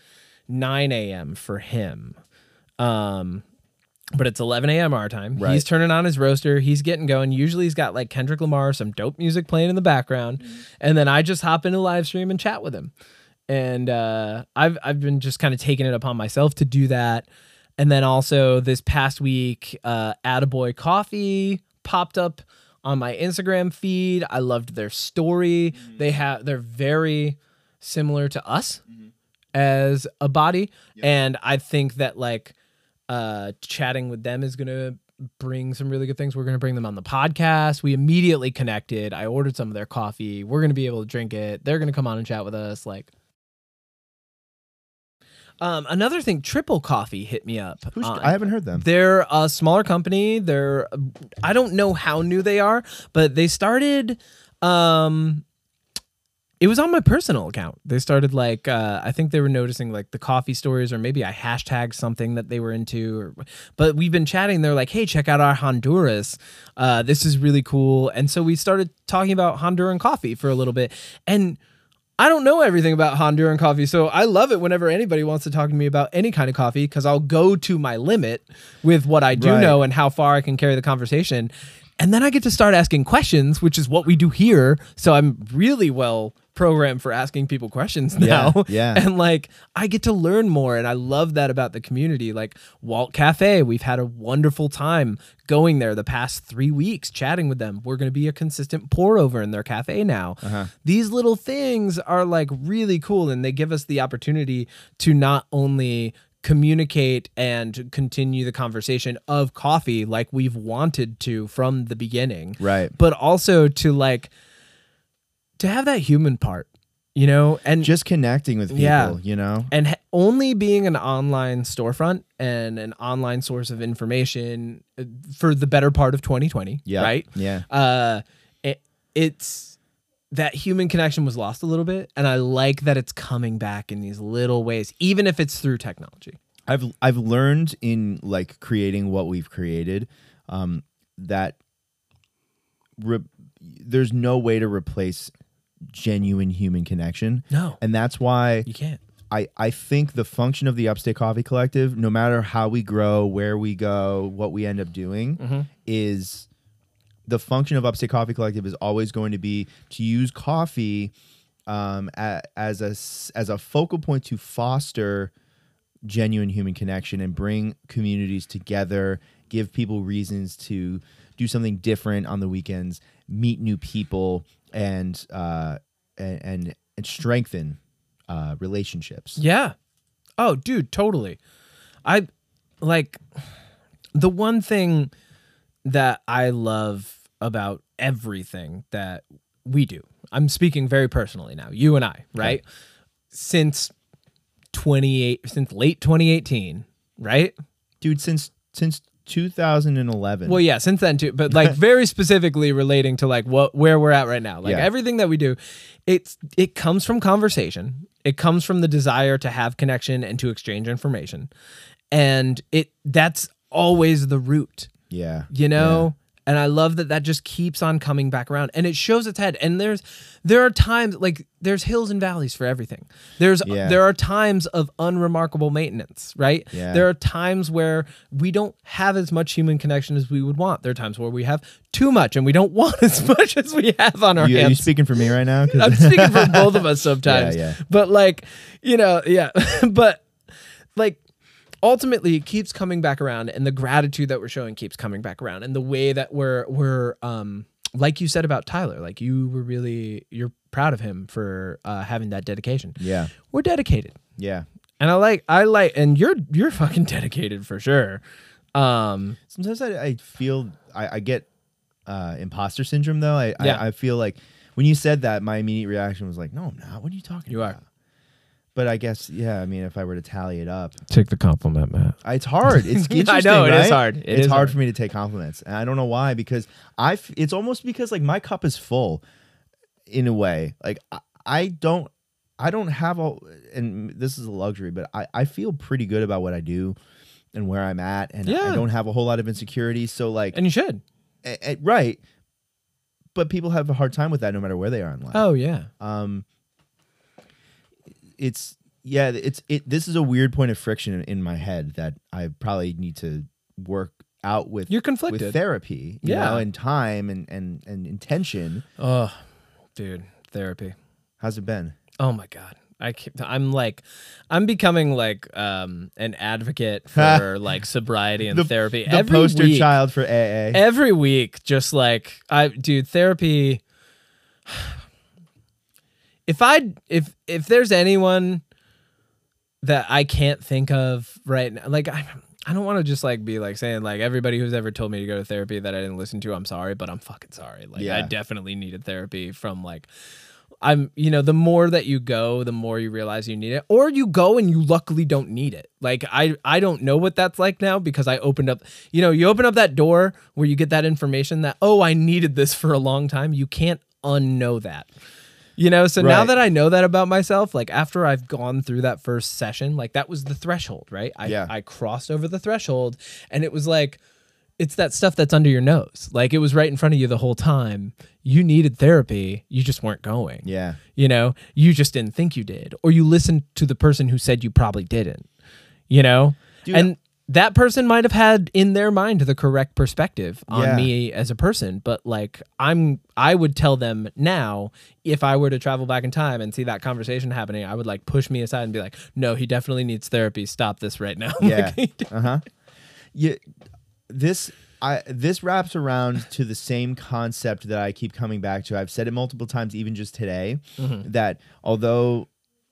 9 a.m. for him. Um, but it's 11 a.m. our time.
Right.
He's turning on his roaster. He's getting going. Usually, he's got like Kendrick Lamar, some dope music playing in the background, and then I just hop into live stream and chat with him. And uh, I've I've been just kind of taking it upon myself to do that. And then also this past week, uh, Attaboy Coffee popped up on my Instagram feed. I loved their story. They have they're very similar to us as a body, and I think that like uh, chatting with them is gonna bring some really good things. We're gonna bring them on the podcast. We immediately connected. I ordered some of their coffee. We're gonna be able to drink it. They're gonna come on and chat with us. Like Um, another thing, Triple Coffee hit me up.
Who's,
on-
I haven't heard them.
They're a smaller company. They're I don't know how new they are, but they started um it was on my personal account. They started like uh, I think they were noticing like the coffee stories, or maybe I hashtagged something that they were into. Or, but we've been chatting. They're like, "Hey, check out our Honduras. Uh, this is really cool." And so we started talking about Honduran coffee for a little bit. And I don't know everything about Honduran coffee, so I love it whenever anybody wants to talk to me about any kind of coffee because I'll go to my limit with what I do
Right.
know and how far I can carry the conversation. And then I get to start asking questions, which is what we do here. So I'm really well programmed for asking people questions now.
yeah.
[laughs] And like I get to learn more and I love that about the community. Like Walt Cafe, we've had a wonderful time going there the past 3 weeks chatting with them. We're going to be a consistent pour over in their cafe now. These little things are like really cool and they give us the opportunity to not only communicate and continue the conversation of coffee like we've wanted to from the beginning
Right.
but also to like to have that human part you know and
Just connecting with people,
Yeah.
you know?
and ha- only being an online storefront and an online source of information uh, for the better part of 2020
Yeah.
right
Yeah.
uh it, it's that human connection was lost a little bit and i like that it's coming back in these little ways even if it's through technology
I've I've learned in like creating what we've created um, that re- there's no way to replace genuine human connection.
No.
and that's why
you can't
I I think the function of the Upstate Coffee Collective, no matter how we grow, where we go, what we end up doing, is the function of Upstate Coffee Collective is always going to be to use coffee um, a, as a s- as a focal point to foster genuine human connection and bring communities together, give people reasons to do something different on the weekends, meet new people, and uh, and and, and strengthen uh, relationships.
Yeah. Oh, dude, totally. I like the one thing that I love about everything that we do. I'm speaking very personally now, you and I, right? Since 28 since late 2018, right?
dude. Since since 2011.
Well, yeah, since then too, but like very specifically relating to like what where we're at right now. Like
Yeah.
everything that we do, it's it comes from conversation. It comes from the desire to have connection and to exchange information. And it that's always the root
yeah,
you know and i love that that just keeps on coming back around and it shows its head and there's there are times like there's hills and valleys for everything there's
Yeah.
there are times of unremarkable maintenance right
Yeah.
there are times where we don't have as much human connection as we would want there are times where we have too much and we don't [laughs] want as much as we have on our
You, are you
hands
speaking for me right now?
[laughs]
'Cause-
I'm speaking for both of us sometimes.
Yeah, yeah.
But like, you know, yeah. [laughs] but like ultimately it keeps coming back around and the gratitude that we're showing keeps coming back around and the way that we're we're um like you said about Tyler, like you were really you're proud of him for uh, having that dedication.
yeah,
We're dedicated.
yeah.
And I like I like and you're you're fucking [laughs] dedicated for sure. Um
Sometimes I, I feel I, I get uh, imposter syndrome though. I,
Yeah.
I I feel like when you said that, my immediate reaction was like, "No, I'm not. What are you talking
You are.
about?" But I guess yeah. I mean, if I were to tally it up,
take the compliment, Matt.
It's hard. It's
[laughs]
interesting.
I know, it is
right?
hard. It
it's
is
hard,
hard.
for me to take compliments, and I don't know why. Because I, f- it's almost because like my cup is full, in a way. Like I, I don't, I don't have all, and this is a luxury, but I, I feel pretty good about what I do, and where I'm at, and
Yeah.
I don't have a whole lot of insecurity. So like,
And you should.
eh, eh, right, but people have a hard time with that, no matter where they are in life
Oh yeah.
um it's yeah it's it this is a weird point of friction in, in my head that i probably need to work out with
You're
with
conflicted.
therapy you
Yeah.
know and time and and and intention
oh, dude, therapy.
how's it been
Oh my god. I can't, I'm like I'm becoming like um an
[laughs]
advocate for like sobriety and
The-
therapy
the
every
poster
week.
child for aa
Every week just like I dude therapy [sighs] If I if if there's anyone that I can't think of right now like I I don't want to just like be like saying like everybody who's ever told me to go to therapy that I didn't listen to I'm sorry but I'm fucking sorry like I
Yeah.
definitely needed therapy from like I'm, you know, the more that you go, the more you realize you need it, or you go and you luckily don't need it. Like I, I don't know what that's like now because I opened up, you know, you open up that door where you get that information that oh, I needed this for a long time. You can't unknow that. You know, so now
Right.
that I know that about myself, like after I've gone through that first session, like that was the threshold, right? I,
Yeah.
I crossed over the threshold and it was like, it's that stuff that's under your nose. Like it was right in front of you the whole time. You needed therapy. You just weren't going.
Yeah.
You know, you just didn't think you did, or you listened to the person who said you probably didn't, you know? and that person might have had in their mind the correct perspective on
Yeah.
me as a person, but like I'm I would tell them now if I were to travel back in time and see that conversation happening, I would like push me aside and be like, "No, he definitely needs therapy. Stop this right now." [laughs]
Yeah.
Like,
uh huh. Yeah. This I this wraps around to the same concept that I keep coming back to. I've said it multiple times, even just today,
Mm-hmm.
that although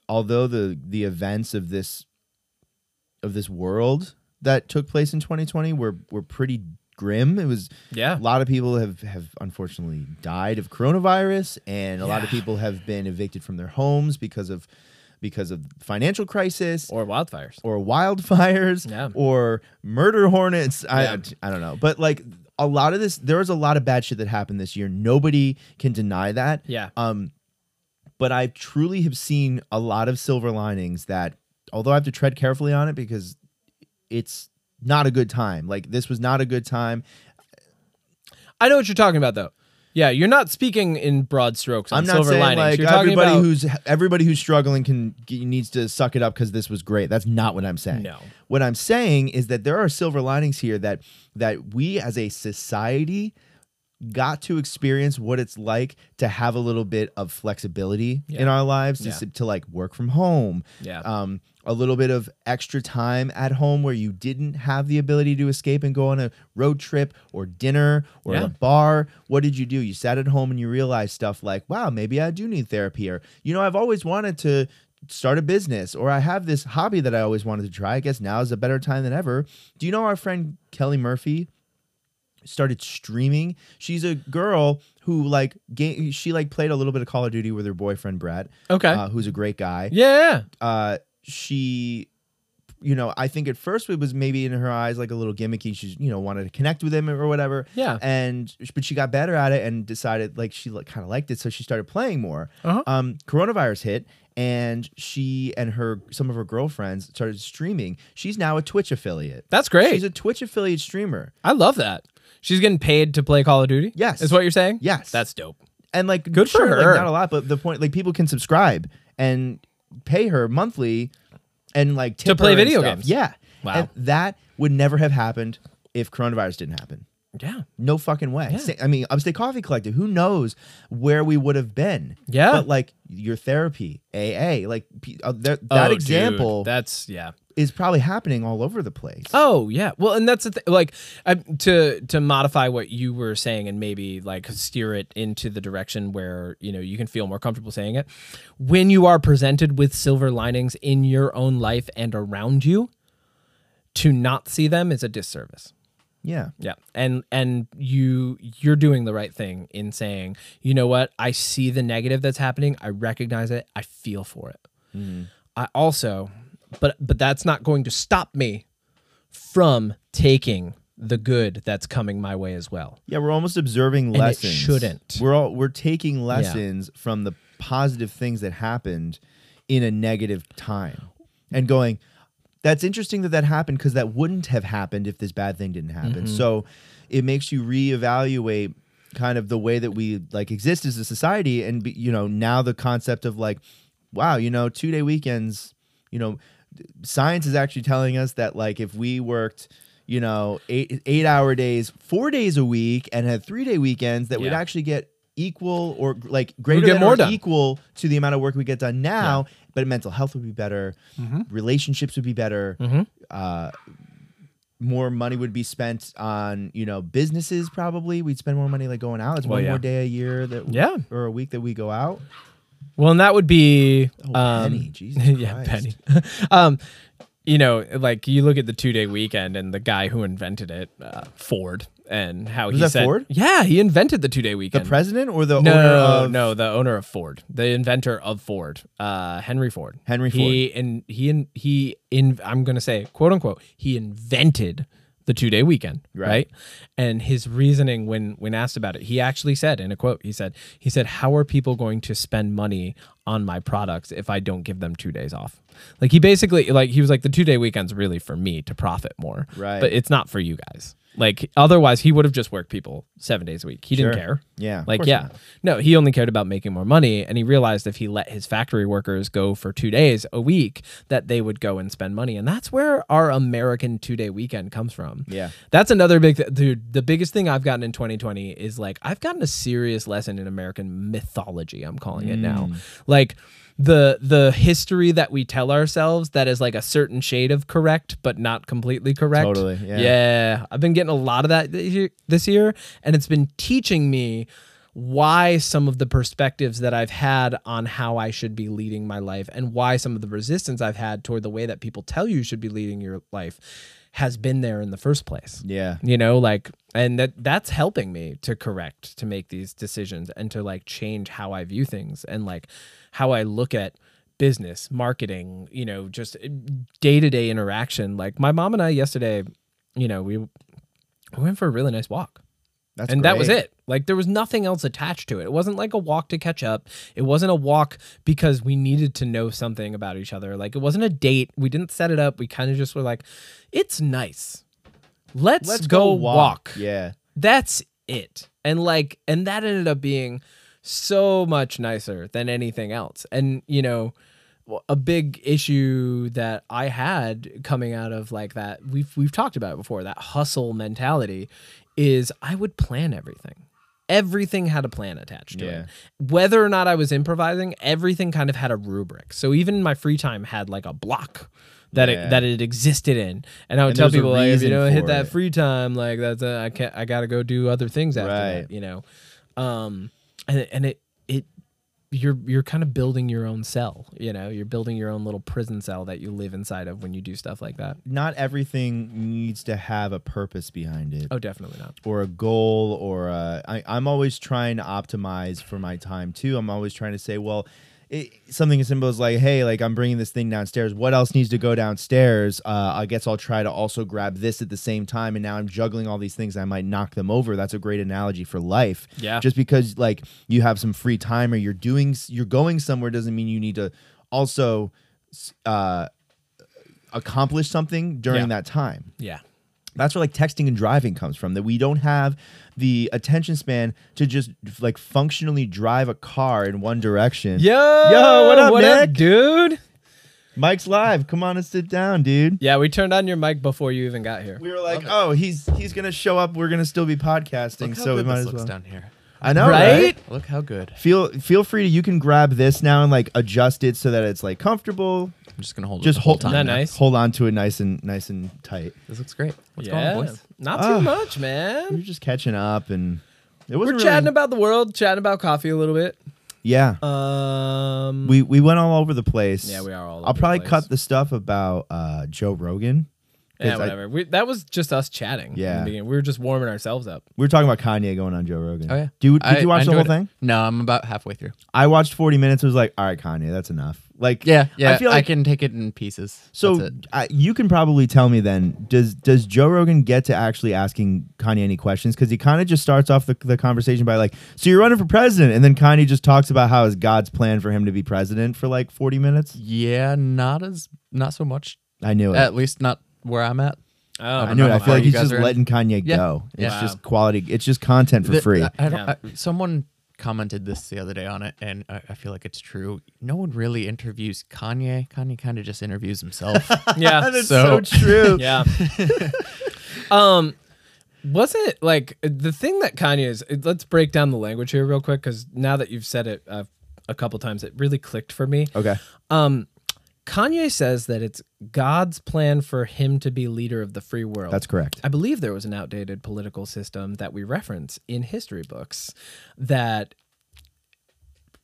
although the the events of this of this world that took place in 2020 were were pretty grim. It was
yeah.
a lot of people have have unfortunately died of coronavirus and a lot of
Yeah.
people have been evicted from their homes because of because of financial crisis
Or wildfires.
or wildfires
Yeah.
or murder hornets. I,
Yeah.
I don't know. But like a lot of this, there was a lot of bad shit that happened this year. Nobody can deny that.
Yeah.
Um, but I truly have seen a lot of silver linings that, although I have to tread carefully on it because it's not a good time. Like this was not a good time.
I know what you're talking about though. Yeah, you're not speaking in broad strokes on
I'm not
silver
saying
linings.
like
you're talking
everybody
about
who's everybody who's struggling can needs to suck it up because this was great. That's not what I'm saying.
No.
What I'm saying is that there are silver linings here that that we as a society got to experience what it's like to have a little bit of flexibility in our lives to,
Yeah.
s- to like work from home.
Yeah.
Um, a little bit of extra time at home where you didn't have the ability to escape and go on a road trip or dinner or
Yeah.
a bar. What did you do? You sat at home and you realized stuff like, wow, maybe I do need therapy, or, you know, I've always wanted to start a business, or I have this hobby that I always wanted to try. I guess now is a better time than ever. Do you know our friend Kelly Murphy? started streaming. She's a girl who like ga- she like played a little bit of Call of Duty with her boyfriend Brett,
Okay.
uh, who's a great guy.
yeah.
Uh, she, you know, I think at first it was maybe in her eyes like a little gimmicky. She's you know wanted to connect with him or whatever.
Yeah.
And but she got better at it and decided like she like, kind of liked it, so she started playing more.
Uh-huh.
Um, coronavirus hit. And she and her some of her girlfriends started streaming. She's now a Twitch affiliate.
That's great.
She's a Twitch affiliate streamer.
I love that. She's getting paid to play Call of Duty.
Yes.
is what you're saying.
Yes.
that's dope.
and like
Good for
sure, like,
her.
not a lot, but the point like people can subscribe and pay her monthly and like tip
play
her and
video
stuff.
games.
Yeah,
Wow.
And that would never have happened if coronavirus didn't happen.
Yeah,
No fucking way. Sa- I mean, Upstate Coffee Collective. Who knows where we would have been?
Yeah.
but like your therapy, AA, like p- uh, there- that example is
Oh, That's yeah.
probably happening all over the place.
Oh yeah. Well, and that's the th- like I, to to modify what you were saying and maybe like steer it into the direction where you know you can feel more comfortable saying it. When you are presented with silver linings in your own life and around you, to not see them is a disservice.
Yeah,
Yeah. And and you you're doing the right thing in saying, you know what? I see the negative that's happening. I recognize it. I feel for it.
Mm-hmm.
I also but but that's not going to stop me from taking the good that's coming my way as well.
yeah. We're almost observing
it
lessons.
shouldn't.
We're all we're taking lessons from the positive things that happened in a negative time and going that's interesting that that happened because that wouldn't have happened if this bad thing didn't happen
Mm-hmm.
so it makes you reevaluate kind of the way that we like exist as a society and be, you know now the concept of like wow you know two day weekends you know th- science is actually telling us that like if we worked you know eight eight hour days four days a week and had three day weekends that we'd
Yeah.
actually get equal or gr- like greater
get
than
more
or
done.
equal to the amount of work we get done now but mental health would be better
Mm-hmm.
relationships would be better uh, more money would be spent on you know businesses probably we'd spend more money like going out it's
Well,
one
yeah.
more day a year that
Yeah.
or a week that we go out
Well, and that would be
oh
um,
penny jesus
[laughs] yeah,
Christ.
penny. um, you know, like you look at the two day weekend and the guy who invented it, uh, Ford, and how he
that
said,
Ford?
yeah, he invented the two day
The
weekend.
president or the
no,
owner
no,
of
no, the owner of Ford, the inventor of Ford, uh, Henry Ford.
Henry
He and he and he in I'm gonna say quote unquote he invented the two day weekend, right.
Right.
And his reasoning when when asked about it, he actually said in a quote, he said he said, "How are people going to spend money on my products if I don't give them two days off?" Like he basically like he was like the two day weekend's really for me to profit more,
Right.
But it's not for you guys. Like otherwise, he would have just worked people seven days a week. He didn't
Sure.
care.
Yeah, of
Like,
course
yeah.
not.
No, he only cared about making more money. And he realized if he let his factory workers go for two days a week, that they would go and spend money. And that's where our American two day weekend comes from.
Yeah.
That's another big, th- dude. The biggest thing I've gotten in 2020 is like, I've gotten a serious lesson in American mythology, I'm calling it now.
Mm.
Like, the the history that we tell ourselves that is like a certain shade of correct but not completely correct
Totally, yeah.
yeah yeah, I've been getting a lot of that this year, this year, and it's been teaching me why some of the perspectives that I've had on how I should be leading my life and why some of the resistance I've had toward the way that people tell you should be leading your life has been there in the first place.
yeah,
You know, like and that that's helping me to correct to make these decisions and to like change how I view things and like how I look at business, marketing, you know, just eh, day-to-day interaction. Like my mom and I yesterday, you know, we we went for a really nice walk
that's
and that was
great.
it. Like there was nothing else attached to it. It wasn't like a walk to catch up. It wasn't a walk because we needed to know something about each other. Like it wasn't a date. We didn't set it up. We kind of just were like, it's nice. Let's,
Let's
go,
go
walk.
Yeah,
That's it. And like, and that ended up being so much nicer than anything else. And, you know, w- a big issue that I had coming out of like that, we've we've talked about it before, that hustle mentality is I would plan everything. Everything had a plan attached to
Yeah.
it. Whether or not I was improvising, everything kind of had a rubric. So even my free time had like a block that
Yeah.
it that it existed in. And I would
And
tell
there's a
people like if you
reason
don't hit
for
that
it.
free time like that's uh, I can't I gotta go do other things after
Right.
that you know um and and it it you're you're kind of building your own cell you know you're building your own little prison cell that you live inside of when you do stuff like that
not everything needs to have a purpose behind it.
oh definitely not
or a goal or a, I, I'm always trying to optimize for my time too. I'm always trying to say, well, it, something as simple as like, hey, like I'm bringing this thing downstairs. What else needs to go downstairs? Uh, I guess I'll try to also grab this at the same time. And now I'm juggling all these things. I might knock them over. That's a great analogy for life.
Yeah.
Just because like you have some free time or you're doing, s- you're going somewhere doesn't mean you need to also s- uh, accomplish something during
Yeah.
that time.
yeah
That's where like texting and driving comes from. That we don't have the attention span to just like functionally drive a car in one direction.
yo
Yo, what up,
what up
Nick?
dude
Mike's live. Come on and sit down, dude.
yeah we turned on your mic before you even got here
We were like, oh, he's he's gonna show up. We're gonna still be podcasting,
Look how
so we
good
might
this
as
looks
well.
down here.
I know,
Right?
right?
Look how good.
Feel feel free to you can grab this now and like adjust it so that it's like comfortable.
I'm just gonna hold.
Just
it the whole
hold
time.
Isn't that
now.
nice?
Hold on to it nice and nice and tight.
This looks great. What's
yeah
going on, boys?
not
Ah.
too much
We were
man
just catching up and it
we're
wasn't really-
chatting about the world chatting about coffee a little bit
yeah.
um
We we went all over the place.
Yeah, we are all over
I'll
the
probably
place.
cut the stuff about uh, Joe Rogan. 'cause
yeah
I-
whatever we, that was just us chatting in the
Yeah.
beginning. we were just warming ourselves up
we were talking about Kanye going on Joe Rogan.
Oh yeah.
Do you, did
I-
you watch
I
the whole
enjoyed it.
thing?
No, I'm about halfway through.
I watched 40 minutes. Was like, all right, Kanye, that's enough. Like,
Yeah, yeah.
I feel like
can take it in pieces.
so.
That's it.
I, you can probably tell me then. Does does Joe Rogan get to actually asking Kanye any questions? Because he kind of just starts off the, the conversation by like, "So you're running for president," and then Kanye just talks about how is God's plan for him to be president for like 40 minutes.
yeah, not as not so much.
I knew it.
At least not where I'm at.
oh
I knew it. I
know
feel
how
like
you
he's
guys
just
are in-
letting Kanye
Yeah.
go. It's
Yeah.
just quality. It's just content for
The- uh,
free.
I, I don't,
Yeah.
I- someone commented this the other day on it, and I, I feel like it's true. No one really interviews Kanye. Kanye kind of just
[laughs]
interviews himself.
yeah
That's [laughs]
So-
true.
yeah um wasn't it like the thing that kanye is let's break down the language here real quick because now that you've said it uh, a couple times it really clicked for me
Okay.
um kanye says that it's god's plan for him to be leader of the free world
That's correct.
I believe there was an outdated political system that we reference in history books that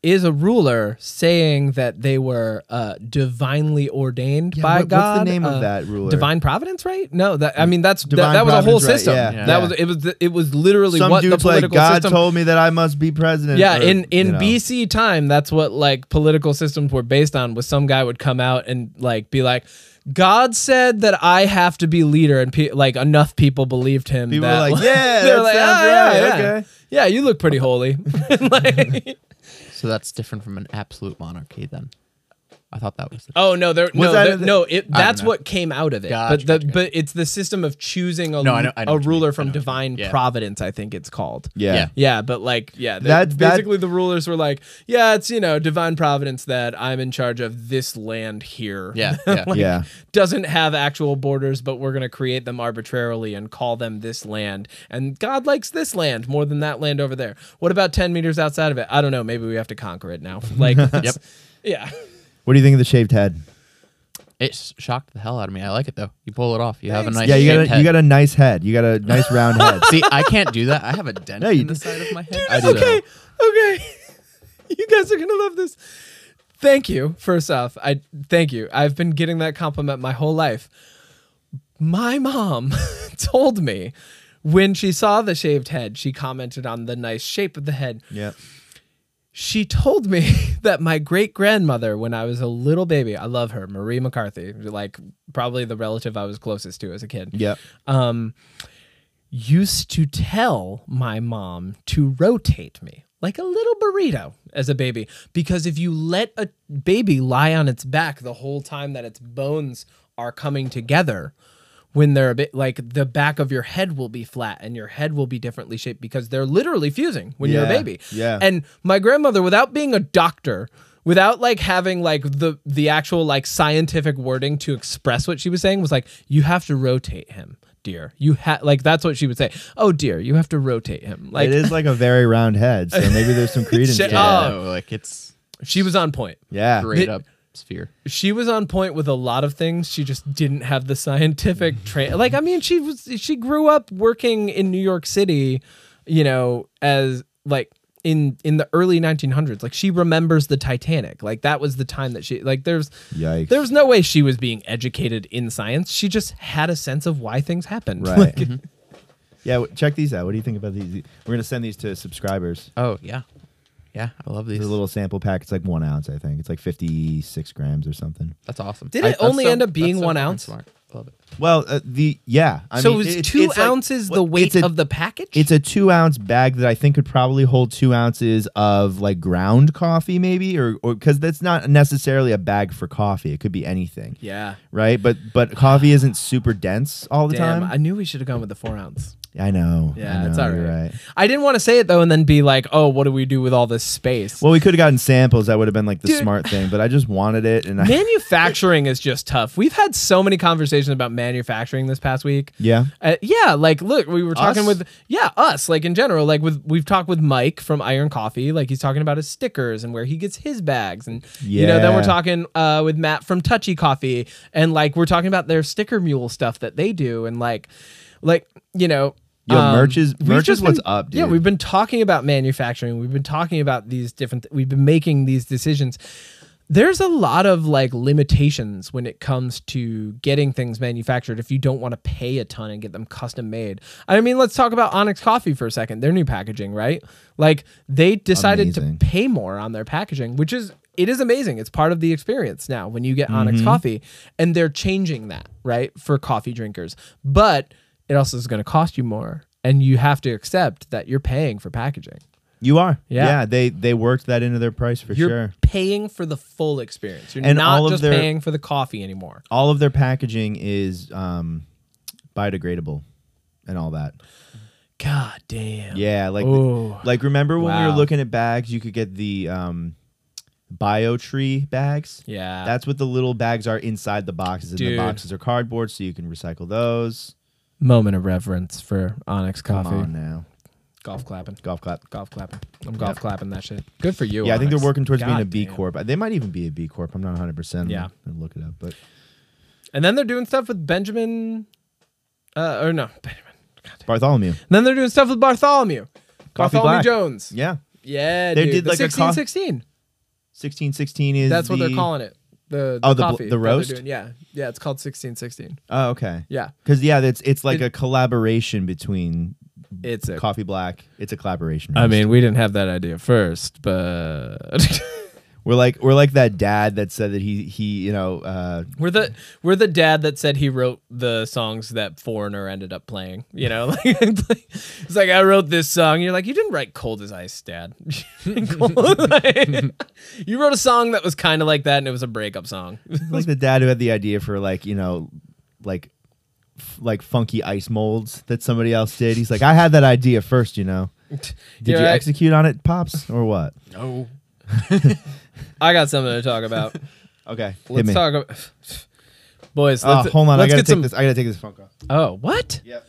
is a ruler saying that they were uh, divinely ordained
Yeah,
by
what- what's the
God.
name of
uh,
that ruler? Mm.
Divine providence, right? No, that I mean that's that,
Divine
that was a whole
providence, right,
system.
yeah,
That
yeah.
was it was the- it was literally
Some
what the
dude's like,
political
God
system.
told me that I must be president.
yeah,
or,
in in
you know.
BC time, that's what like political systems were based on. Was some guy would come out and like be like. God said that I have to be leader, and pe- like enough people believed him.
People
that, [laughs]
were like, "Yeah,
they were
that
like,
sounds
"Ah, yeah,
right,
yeah.
okay."
yeah, you look pretty holy." [laughs] Like-
So that's different from an absolute monarchy then. I thought
[laughs]
that was the
Oh no, there no
Was that
there-
in the-
no. It, that's
know.
what came out of it.
Gotcha,
but the,
gotcha, gotcha.
but it's the system of choosing a,
No, I know- I know
a
what you
ruler
mean. I
from
know what you mean.
divine
Yeah.
providence. I think it's called.
Yeah.
Yeah.
Yeah, but like, yeah, the-
That- that-
basically the rulers were like, yeah, it's you know divine providence that I'm in charge of this land here.
Yeah, yeah.
Like,
Yeah.
doesn't have actual borders, but we're gonna create them arbitrarily and call them this land. And God likes this land more than that land over there. What about ten meters outside of it? I don't know. Maybe we have to conquer it now. Like,
Yep.
[laughs] yeah.
What do you think of the shaved head?
It s- shocked the hell out of me. I like it though. You pull it off. You have a
Thanks.
nice
Yeah, you got
shaved
a, you got a nice head. You got a nice round head.
head. [laughs] See, I can't do that. I have a dent
No, you
in the
do.
side of my head.
Dude, okay, okay. [laughs] you guys are gonna love this. Thank you. First off, I thank you. I've been getting that compliment my whole life. My mom [laughs] told me when she saw the shaved head, she commented on the nice shape of the head.
yeah.
She told me [laughs] that my great grandmother, when I was a little baby, I love her, Marie McCarthy, like probably the relative I was closest to as a kid
Yep.
um, used to tell my mom to rotate me like a little burrito as a baby because if you let a baby lie on its back the whole time that its bones are coming together when they're a bit like the back of your head will be flat and your head will be differently shaped because they're literally fusing when you're a
Yeah,
baby
yeah.
and my grandmother without being a doctor without like having like the the actual like scientific wording to express what she was saying was like you have to rotate him dear you have like that's what she would say oh dear you have to rotate him like
it is like a very round head, so maybe there's some credence to
Shut
it.
up.
Yeah,
Oh.
like it's
she was on point
Yeah.
straight
The-
up sphere.
she was on point with a lot of things she just didn't have the
[laughs]
scientific train like i mean she was she grew up working in new york city you know as like in in the early 1900s like she remembers the titanic like that was the time that she like there's
Yikes.
there was no way she was being educated in science she just had a sense of why things happened
Right.
[laughs]
Mm-hmm.
Like,
yeah, w- check these out. What do you think about these? We're gonna send these to subscribers.
Oh yeah, yeah. I love these.
There's a little sample pack. It's like one ounce, I think. It's like 56 grams or something.
that's awesome.
Did
I-
it
that's
only
so-
end up being
that's so
one
fucking
ounce?
Smart. Love it.
Well, uh, the yeah. I
so
mean,
it was
it-
two
it's like-
ounces the
well,
weight
it's a-
of the package
It's a two ounce bag that I think could probably hold two ounces of like ground coffee, maybe, or because that's not necessarily a bag for coffee. It could be anything,
yeah
right? But but coffee isn't super dense all the
damn i
time.
knew we should have gone with the four ounce
I, know.
Yeah,
I know,
it's all
you're
right. I didn't want to say it though, and then be like, "Oh, what do we do with all this space?"
Well, [laughs] we could have gotten samples. That would have been like the
Dude.
smart thing, but I just wanted it, and I,
manufacturing is just tough. We've had so many conversations about manufacturing this past week.
yeah,
Uh, yeah, like look, we were talking
Us?
with yeah us like in general, like with we've talked with Mike from Iron Coffee, like he's talking about his stickers and where he gets his bags, and you know then we're
Yeah.
talking uh, with Matt from Touchy Coffee, and like we're talking about their sticker mule stuff that they do, and like like you know. um,
Yo, merch is-
we've
merch is
just
what's
been-
up,
Yeah,
dude.
we've been talking about manufacturing. We've been talking about these different. We've been making these decisions. There's a lot of like limitations when it comes to getting things manufactured if you don't want to pay a ton and get them custom made. I mean, let's talk about Onyx Coffee for a second. Their new packaging, right? Like they decided
Amazing.
to pay more on their packaging, which is it is amazing. It's part of the experience now when you get
Mm-hmm.
Onyx Coffee, and they're changing that right for coffee drinkers. But it also is going to cost you more, and you have to accept that you're paying for packaging.
you are.
Yeah.
they they worked that into their price for
You're
sure.
paying for the full experience. You're
And
not
all of
just
their-
paying for the coffee anymore.
All of their packaging is um, biodegradable, and all that.
God damn.
Yeah, like
Ooh.
like remember when we
Wow.
were looking at bags, you could get the um bio tree bags.
Yeah.
That's what the little bags are inside the boxes, and
Dude.
the boxes are cardboard, so you can recycle those.
moment of reverence for Onyx
Come on
Coffee.
now,
Golf clapping.
golf clap.
Golf clapping. I'm golf clapping that shit. Good for you.
Yeah, I think they're
Onyx.
working towards being a
God
B
damn.
corp. They might even be a B corp. I'm not 100. percent
Yeah.
look it up, but
And then they're doing stuff with Benjamin. Uh, or no, Benjamin. God damn.
Bartholomew.
And then they're doing stuff with Bartholomew.
Coffee
Bartholomew
Black.
Jones.
Yeah,
Yeah,
They
dude.
did
The
like a co-
1616.
Sixteen sixteen is
That's what they're
the-
calling it. The, the
Oh, the bl-
coffee that
the
they're
roast?
doing. Yeah, yeah. It's called sixteen sixteen.
Oh, okay.
Yeah,
Because yeah, it's it's like
It-
a collaboration between
it's a.
Coffee Black. It's a collaboration.
I
roast.
mean, we didn't have that idea first, but [laughs]
we're like we're like that dad that said that he he you know uh,
we're the we're the dad that said he wrote the songs that Foreigner ended up playing. You know, [laughs] like it's like- it's like I wrote this song. You're like, you didn't write "Cold as Ice," Dad. [laughs] you wrote a song that was kind of like that, and it was a breakup song.
like the dad who had the idea for like you know like f- like funky ice molds that somebody else did. He's like, I had that idea first, you know. Did
You're
you
right.
execute on it, pops, or what?
No.
I got something to talk about.
Okay, hit
Let's
me.
talk about. Boys,
Oh,
let's,
hold on, I
let's
gotta
get
take
some.
this. I gotta take this phone call.
Oh, what?
Yep.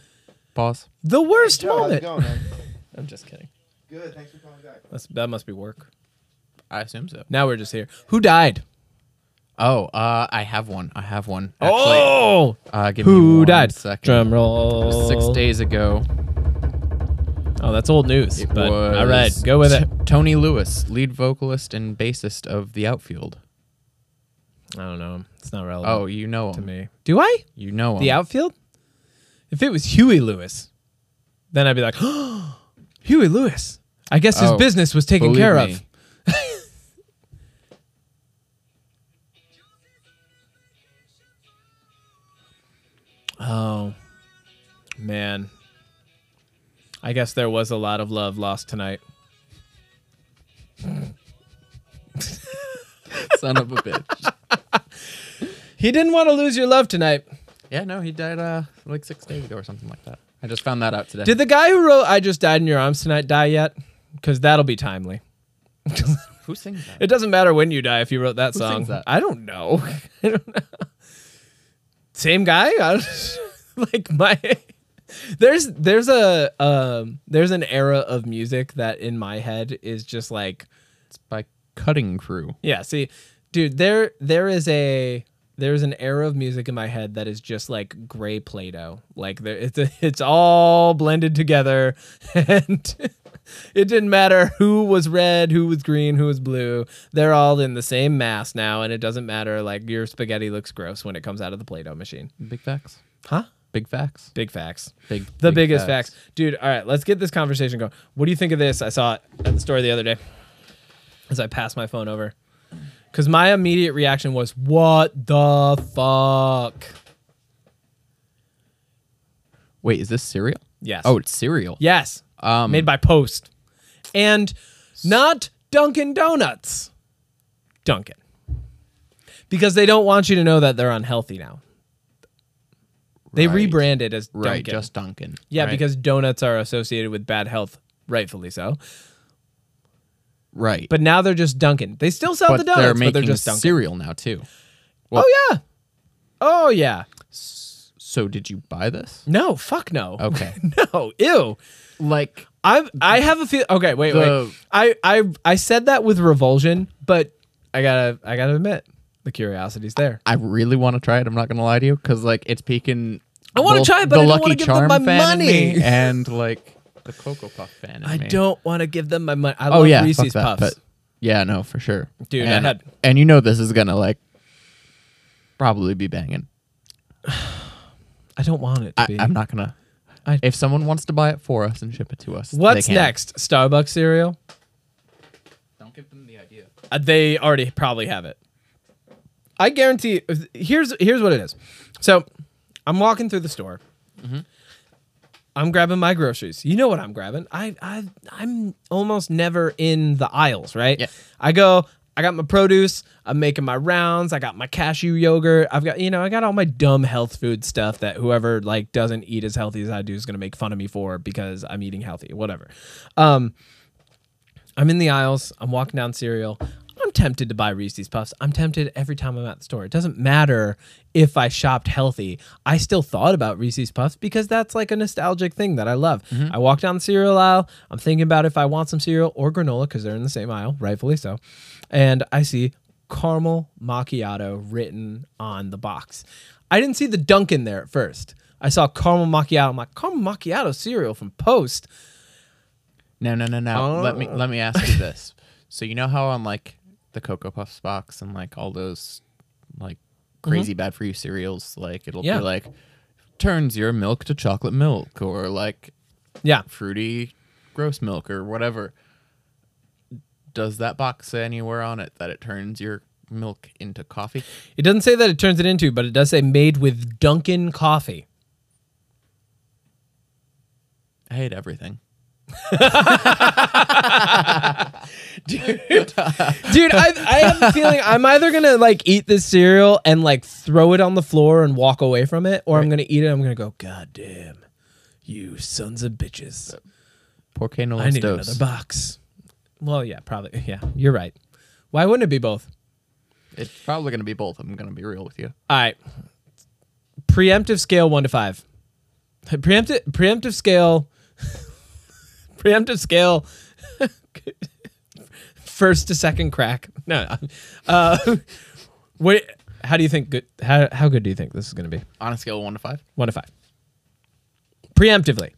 Pause.
The worst moment.
[laughs] man?
I'm just kidding.
Good. Thanks for calling back.
That's, that must be work.
I assume so.
Now we're just here. Who died?
Oh, uh, I have one. I have one. Actually,
oh,
uh, give me
who
one
died?
second.
Drum
It was
roll.
Six days ago.
Oh, that's old news.
It
but
was
all right, go with it.
T- Tony Lewis, lead vocalist and bassist of The Outfield.
I don't know. It's not
Oh,
relevant
you know him.
to me. Do I?
You know him.
The outfield? If it was Huey Lewis, then I'd be like, [gasps] Huey Lewis. I guess his
Oh,
business was taken
believe
care
me.
of. [laughs] Oh man. I guess there was a lot of love lost tonight.
son [laughs] of a bitch.
He didn't want to lose your love tonight.
Yeah, no, he died uh, like six days ago or something like that. I just found that out today.
Did the guy who wrote "I Just Died in Your Arms Tonight" die yet? Because that'll be timely.
Who sings that?
It doesn't matter when you die if you wrote that
Who
song.
sings that?
I don't know. [laughs] I don't know. Same guy? I don't, [laughs] like my [laughs] There's there's a um there's an era of music that in my head is just like
It's by Cutting Crew.
yeah, see, dude, there there is a there's an era of music in my head that is just like gray play-doh. Like there it's [laughs] it's all blended together [laughs] and [laughs] it didn't matter who was red, who was green, who was blue. They're all in the same mass now and it doesn't matter like your spaghetti looks gross when it comes out of the play-doh machine.
Big facts.
Huh?
Big facts.
Big facts.
Big.
The
big
biggest facts. Dude, all right, let's get this conversation going. What do you think of this? I saw it at the store the other day as I passed my phone over. Because my immediate reaction was, what the fuck?
Wait, is this cereal?
Yes.
Oh, it's cereal.
yes.
Um,
Made by Post. And not Dunkin' Donuts. Dunkin'. Because they don't want you to know that they're unhealthy now. They
Right.
rebranded as Dunkin'.
Right, just Duncan.
yeah,
right?
because donuts are associated with bad health, rightfully so.
right.
But now they're just Dunkin'. They still sell
But
the donuts,
they're
but
making
they're just Dunkin'.
cereal now too.
oh yeah. Oh yeah.
So did you buy this?
No, fuck no.
Okay.
[laughs] No, ew.
[laughs] like
I I have a feel. Okay, wait,
The-
wait. I I I said that with revulsion, but I gotta I gotta admit the curiosity's there.
I really want to try it. I'm not gonna lie to you because like it's peaking.
I wanna
both
try it, but
the
I don't
Lucky
wanna give them
Charm
my
fan in me [laughs]
money.
and like the Cocoa Puff fan. in
I
me.
don't want to give them my money. I
Oh
love
yeah, fuck
Reese's
that,
Puffs.
but yeah, no, for sure,
Dude, I
And,
had-
and you know this is gonna like probably be banging.
I don't want it to
I,
be.
I'm not gonna.
I-
if someone wants to buy it for us and ship it to us,
What's
they can.
next? Starbucks cereal?
Don't give them the idea.
Uh, they already probably have it. I guarantee. Here's here's what it is. So, I'm walking through the store. Mm-hmm. I'm grabbing my groceries. You know what I'm grabbing? I I I'm almost never in the aisles, right?
Yeah.
I go. I got my produce. I'm making my rounds. I got my cashew yogurt. I've got you know I got all my dumb health food stuff that whoever like doesn't eat as healthy as I do is gonna make fun of me for because I'm eating healthy. Whatever. Um, I'm in the aisles. I'm walking down cereal. I'm tempted to buy Reese's Puffs. I'm tempted every time I'm at the store. It doesn't matter if I shopped healthy. I still thought about Reese's Puffs because that's like a nostalgic thing that I love. I walk down the cereal aisle. I'm thinking about if I want some cereal or granola because they're in the same aisle, rightfully so. And I see caramel macchiato written on the box. I didn't see the Dunkin' there at first. I saw caramel macchiato. I'm like, caramel macchiato cereal from Post. Oh.
No, no, no, no. Let me let me ask you this. So you know how on like the Cocoa Puffs box and like all those like crazy bad for you cereals. Like it'll
Mm-hmm. Yeah.
be like turns your milk to chocolate milk or like
Yeah.
fruity gross milk or whatever. Does that box say anywhere on it that it turns your milk into coffee?
It doesn't say that it turns it into, but it does say made with Dunkin' coffee.
I hate everything.
Dude, I, I have a feeling I'm either gonna like eat this cereal and like throw it on the floor and walk away from it, or I'm gonna eat it. and I'm gonna go, God damn, you sons of bitches!
Porque no
I
los
need
dos.
another box. Well, yeah, probably. [laughs] Yeah, you're right. Why wouldn't it be both?
It's probably going to be both. I'm going to be real with you.
All right. Preemptive scale one to five. Preemptive preemptive scale. [laughs] preemptive scale. [laughs] first to second crack. No. no. Uh, [laughs] what? How do you think? Good. How how good do you think this is going to be?
On a scale of one to five,
One to five. Preemptively.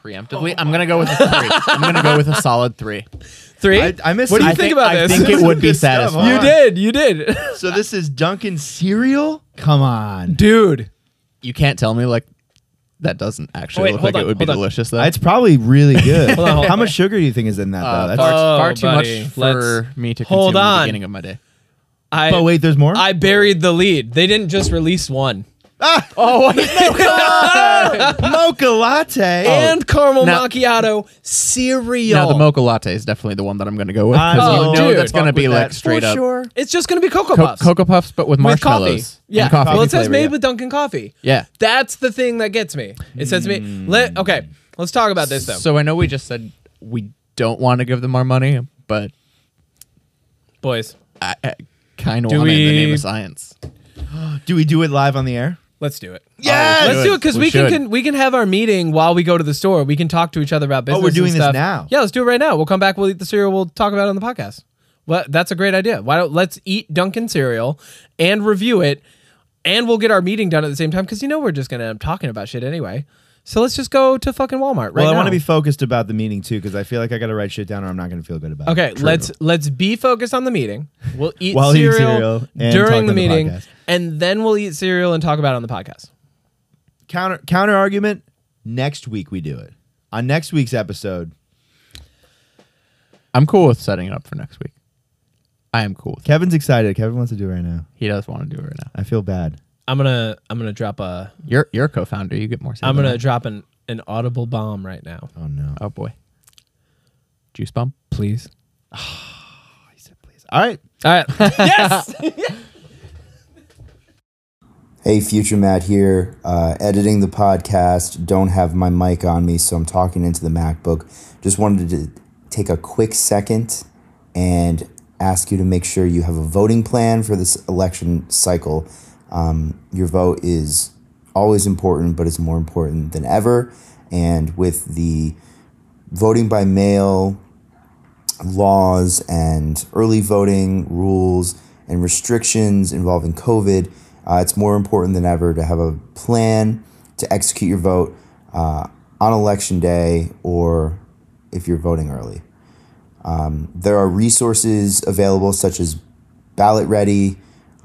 preemptively,
Oh
I'm going to go with a three. I'm going to go with a solid three.
Three.
I- I missed
What do you
it.
I
think, about
I
this?
think it would be
Good stuff,
satisfying.
huh?
you did. You did, [laughs]
So this is Dunkin' cereal. Come on,
dude.
You can't tell me like that doesn't actually
Wait,
look
hold
like
on,
it would be
hold on.
delicious though.
it's probably really good.
Hold on, hold
How
on.
much sugar do you think is in that?
uh,
though? That's,
far,
Oh,
far too
buddy,
much for
let's-
me to
hold
consume at
on.
the beginning of my day.
I,
but wait, there's more.
I
[laughs]
buried the lead. They didn't just release one.
Mocha latte.
and caramel
Oh, now-
macchiato cereal.
Now the mocha latte is definitely the one that I'm going to go with because
Oh,
you know
dude.
that's going to
Fuck
be
with
like
that.
straight
For
up
Sure.
it's just gonna be cocoa
Co-
puffs
cocoa puffs, but with
with coffee.
marshmallows. and
Yeah,
coffee
well, it says
flavor,
made
yeah.
with Dunkin' coffee.
Yeah.
that's the thing that gets me. It says me. Let okay, let's talk about this though.
So I know we just said we don't want to give them our money, but
Boys,
I, I kind of
Do
want it in the
we-
name of science.
Do we do it live on the air?
let's do it.
Yes!
let's do it because
Oh, We
we, can,
should.
can we can have our meeting while we go to the store. We can talk to each other about business.
Oh, we're doing
and
this
stuff.
now.
Yeah, let's do it right now. We'll come back. We'll eat the cereal. We'll talk about it on the podcast. Well, that's a great idea. Why don't let's eat Dunkin' cereal and review it, and we'll get our meeting done at the same time because you know we're just gonna end up talking about shit anyway. So let's just go to fucking Walmart right
Well, I
now.
want to be focused about the meeting too because I feel like I got to write shit down or I'm not going to feel good about it.
Okay, let's let's be focused on the meeting. We'll eat
While eating
cereal,
cereal and talk
during
on
the
the
meeting,
podcast.
and then we'll eat cereal and talk about it on the podcast.
counter counter argument. Next week we do it on next week's episode.
I'm cool with setting it up for next week. I am cool with it.
Kevin's excited. Kevin wants to do it right now.
He does want to do it right now.
I feel bad.
I'm gonna I'm gonna drop a
You're you're a co-founder. You get more. say
am
than
gonna
I.
drop an an audible bomb right now.
Oh no.
Oh boy. Juice bomb. [sighs]
Please.
All right.
All right.
[laughs]
[laughs]
Hey, Future Matt here, uh, editing the podcast. Don't have my mic on me, so I'm talking into the MacBook. Just wanted to take a quick second and ask you to make sure you have a voting plan for this election cycle. Um, your vote is always important, but it's more important than ever. And with the voting by mail laws and early voting rules and restrictions involving COVID, uh, it's more important than ever to have a plan to execute your vote uh, on election day or if you're voting early. Um, there are resources available such as Ballot Ready,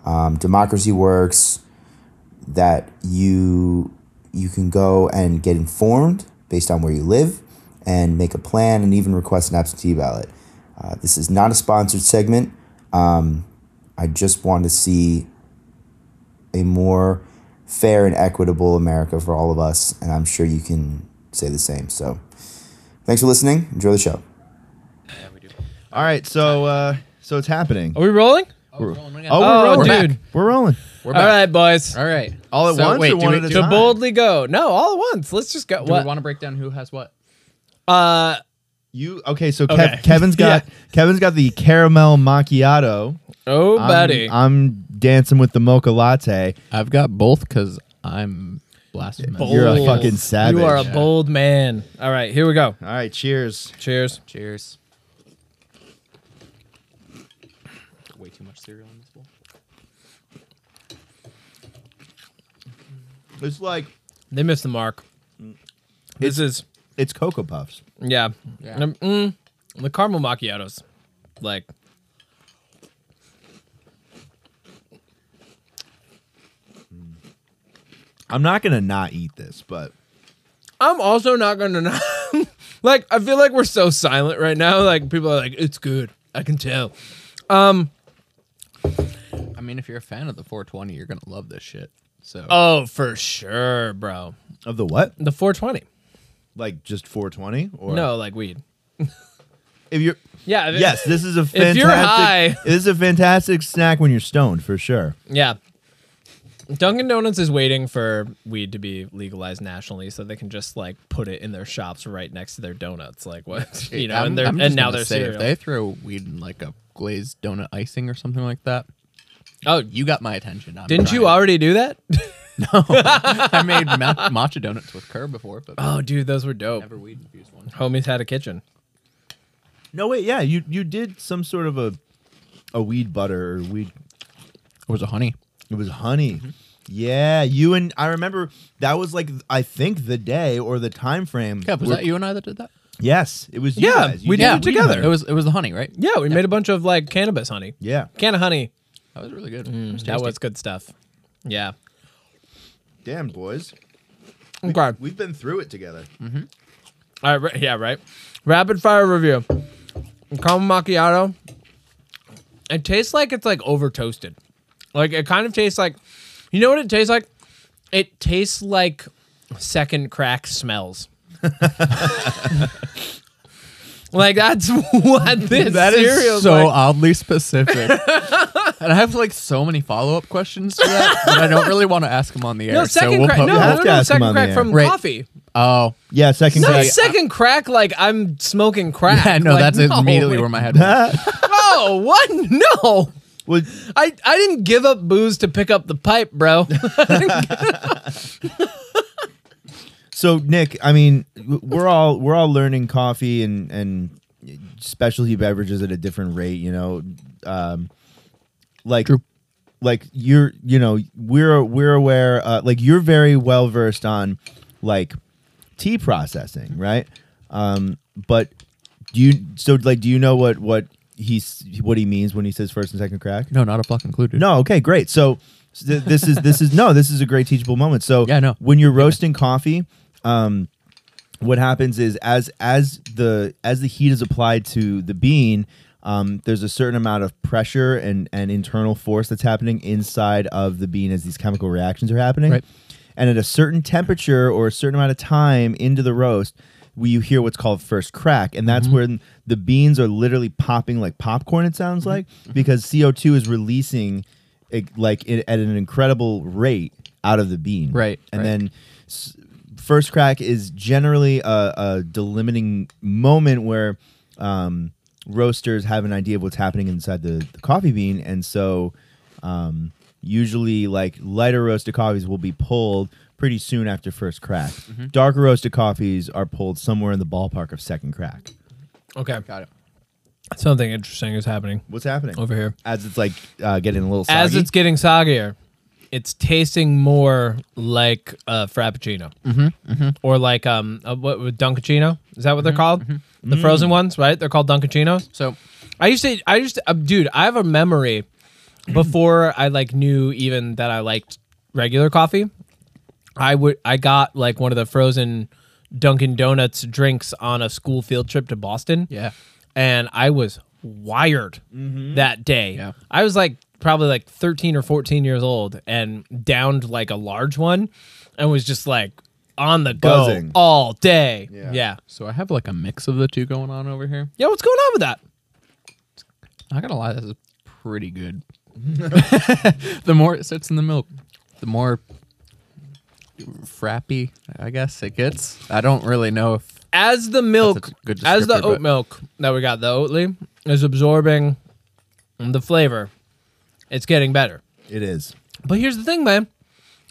um, Democracy Works, that you you can go and get informed based on where you live and make a plan and even request an absentee ballot. Uh, this is not a sponsored segment. Um, I just want to see a more fair and equitable America for all of us, and I'm sure you can say the same. So, thanks for listening. Enjoy the show.
All right. So uh, so it's happening.
Are we rolling?
Oh,
Oh,
we're rolling.
dude.
We're rolling.
We're
All right, boys.
All right.
All at once or
do
one
we-
at a
do-
time?
To boldly go. No, all at once. Let's just go.
Do
What?
we want to break down who has what?
uh
You okay? So Kev,
Okay. [laughs]
Kevin's got Kevin's got the caramel macchiato.
oh
I'm-
buddy.
I'm dancing with the mocha latte.
I've got both because I'm blasphemous.
You're a
Bold.
fucking savage.
You are a bold man. All right, here we go.
All right, cheers.
Cheers.
Cheers. Way too much cereal in this bowl.
It's like
They missed the mark. This is
it's cocoa puffs.
Yeah.
Yeah.
Um, mm, the caramel macchiatos, like,
I'm not gonna not eat this, but
I'm also not gonna [laughs] not like I feel like we're so silent right now. Like people are like, it's good. I can tell.
I mean, if you're a fan of the 420, you're gonna love this shit. So
Oh, for sure, bro.
of the what?
The 420.
Like just 420 or
No, like weed.
If you're
Yeah. if-
yes, this is [laughs] a fantastic.
If you're high-
this is a fantastic snack when you're stoned for sure.
Yeah. Dunkin' Donuts is waiting for weed to be legalized nationally, so they can just like put it in their shops right next to their donuts. Like what [laughs] you know,
I'm-
and they're
I'm just
and now
gonna
they're
say,
cereal.
if they throw weed in like a glazed donut icing or something like that,
oh,
you got my attention. I'm
didn't you
trying.
already do that?
[laughs] I made ma- matcha donuts with curd before, but
oh, dude, those were dope.
never weed infused one.
Homies had a kitchen.
No wait, yeah, you you did some sort of a a weed butter or weed.
It was a honey.
It was honey. Yeah, you and I remember that was like I think the day or the time frame.
Yeah, was
where-
that you and I that did that?
Yes, it was. You
Yeah,
guys. You
we
did
did
weed
it together.
butter.
It was it was the honey, right?
Yeah, we made a bunch of like cannabis honey.
Yeah,
Can of honey.
That was really good.
Mm, That was good stuff. Yeah.
damn boys,
Okay. All
we've been through it together.
right. ri- Yeah. Right. Rapid fire review. Caramel macchiato. It tastes like it's like over toasted. Like it kind of tastes like, you know what it tastes like? It tastes like second crack smells. [laughs] like that's [laughs]
[laughs]
what this
That is
cereal
so
like.
oddly specific. [laughs] and I have like so many follow up questions to that, but I don't really want to ask them on the air.
No second
so we'll
crack.
put-
No,
have
no,
to
no
ask him
second
on the
crack
air.
from
Right.
coffee. [laughs]
Oh.
Yeah, second.
No
grade.
second crack. Like I'm smoking crack.
Yeah, [laughs] no,
Like,
that's immediately where my
[laughs]
head went.
Oh, what? [laughs] No.
Well,
I, I didn't give up booze to pick up the pipe, bro. [laughs]
So Nick, I mean, w- we're all we're all learning coffee and and specialty beverages at a different rate, you know. Um, like, like you're you know we're we're aware uh, like you're very well versed on like tea processing, right? Um, but do you so like do you know what what he's what he means when he says first and second crack?
No, not a fucking clue, dude.
No, okay, great. So s- th- this is this is no, this is a great teachable moment. So
Yeah, I know.
when you're roasting coffee, um, what happens is as as the as the heat is applied to the bean, um, there's a certain amount of pressure and and internal force that's happening inside of the bean as these chemical reactions are happening.
Right.
And at a certain temperature or a certain amount of time into the roast, we, you hear what's called first crack. And
Mm-hmm.
that's when the beans are literally popping like popcorn, it sounds
Mm-hmm.
like, because CO2 is releasing it, like it, at an incredible rate out of the bean.
Right,
And
right.
then s- first crack is generally a, a delimiting moment where um, roasters have an idea of what's happening inside the, the coffee bean. And so um, usually like lighter roasted coffees will be pulled pretty soon after first crack.
Mm-hmm.
Darker roasted coffees are pulled somewhere in the ballpark of second crack.
okay.
Got it.
Something interesting is happening
What's happening
over here.
As it's like uh, getting a little soggy.
As it's getting soggier, it's tasting more like a frappuccino. Mm-hmm, Mm-hmm, Or like um a, what Dunkachino? Is that what they're called? The frozen ones, right? They're called Dunkachinos.
So
I used to, I used to, uh, dude, I have a memory before I like knew even that I liked regular coffee. I would, I got like one of the frozen Dunkin' Donuts drinks on a school field trip to Boston.
yeah. Mm-hmm.
And I was wired that day.
Yeah.
I was like probably like 13 or 14 years old and downed like a large one and was just like on the go
Buzzing.
all day. yeah.
So I have like a mix of the two going on over here.
Yeah. What's going on with that?
Not gonna lie, this is pretty good. [laughs] the more it sits in the milk, the more frappy, I guess it gets. I don't really know if
as the milk,
That's a good
as the
descriptor,
oat
but-
milk that we got, the Oatly is absorbing the flavor. It's getting better.
it is.
But here's the thing, man.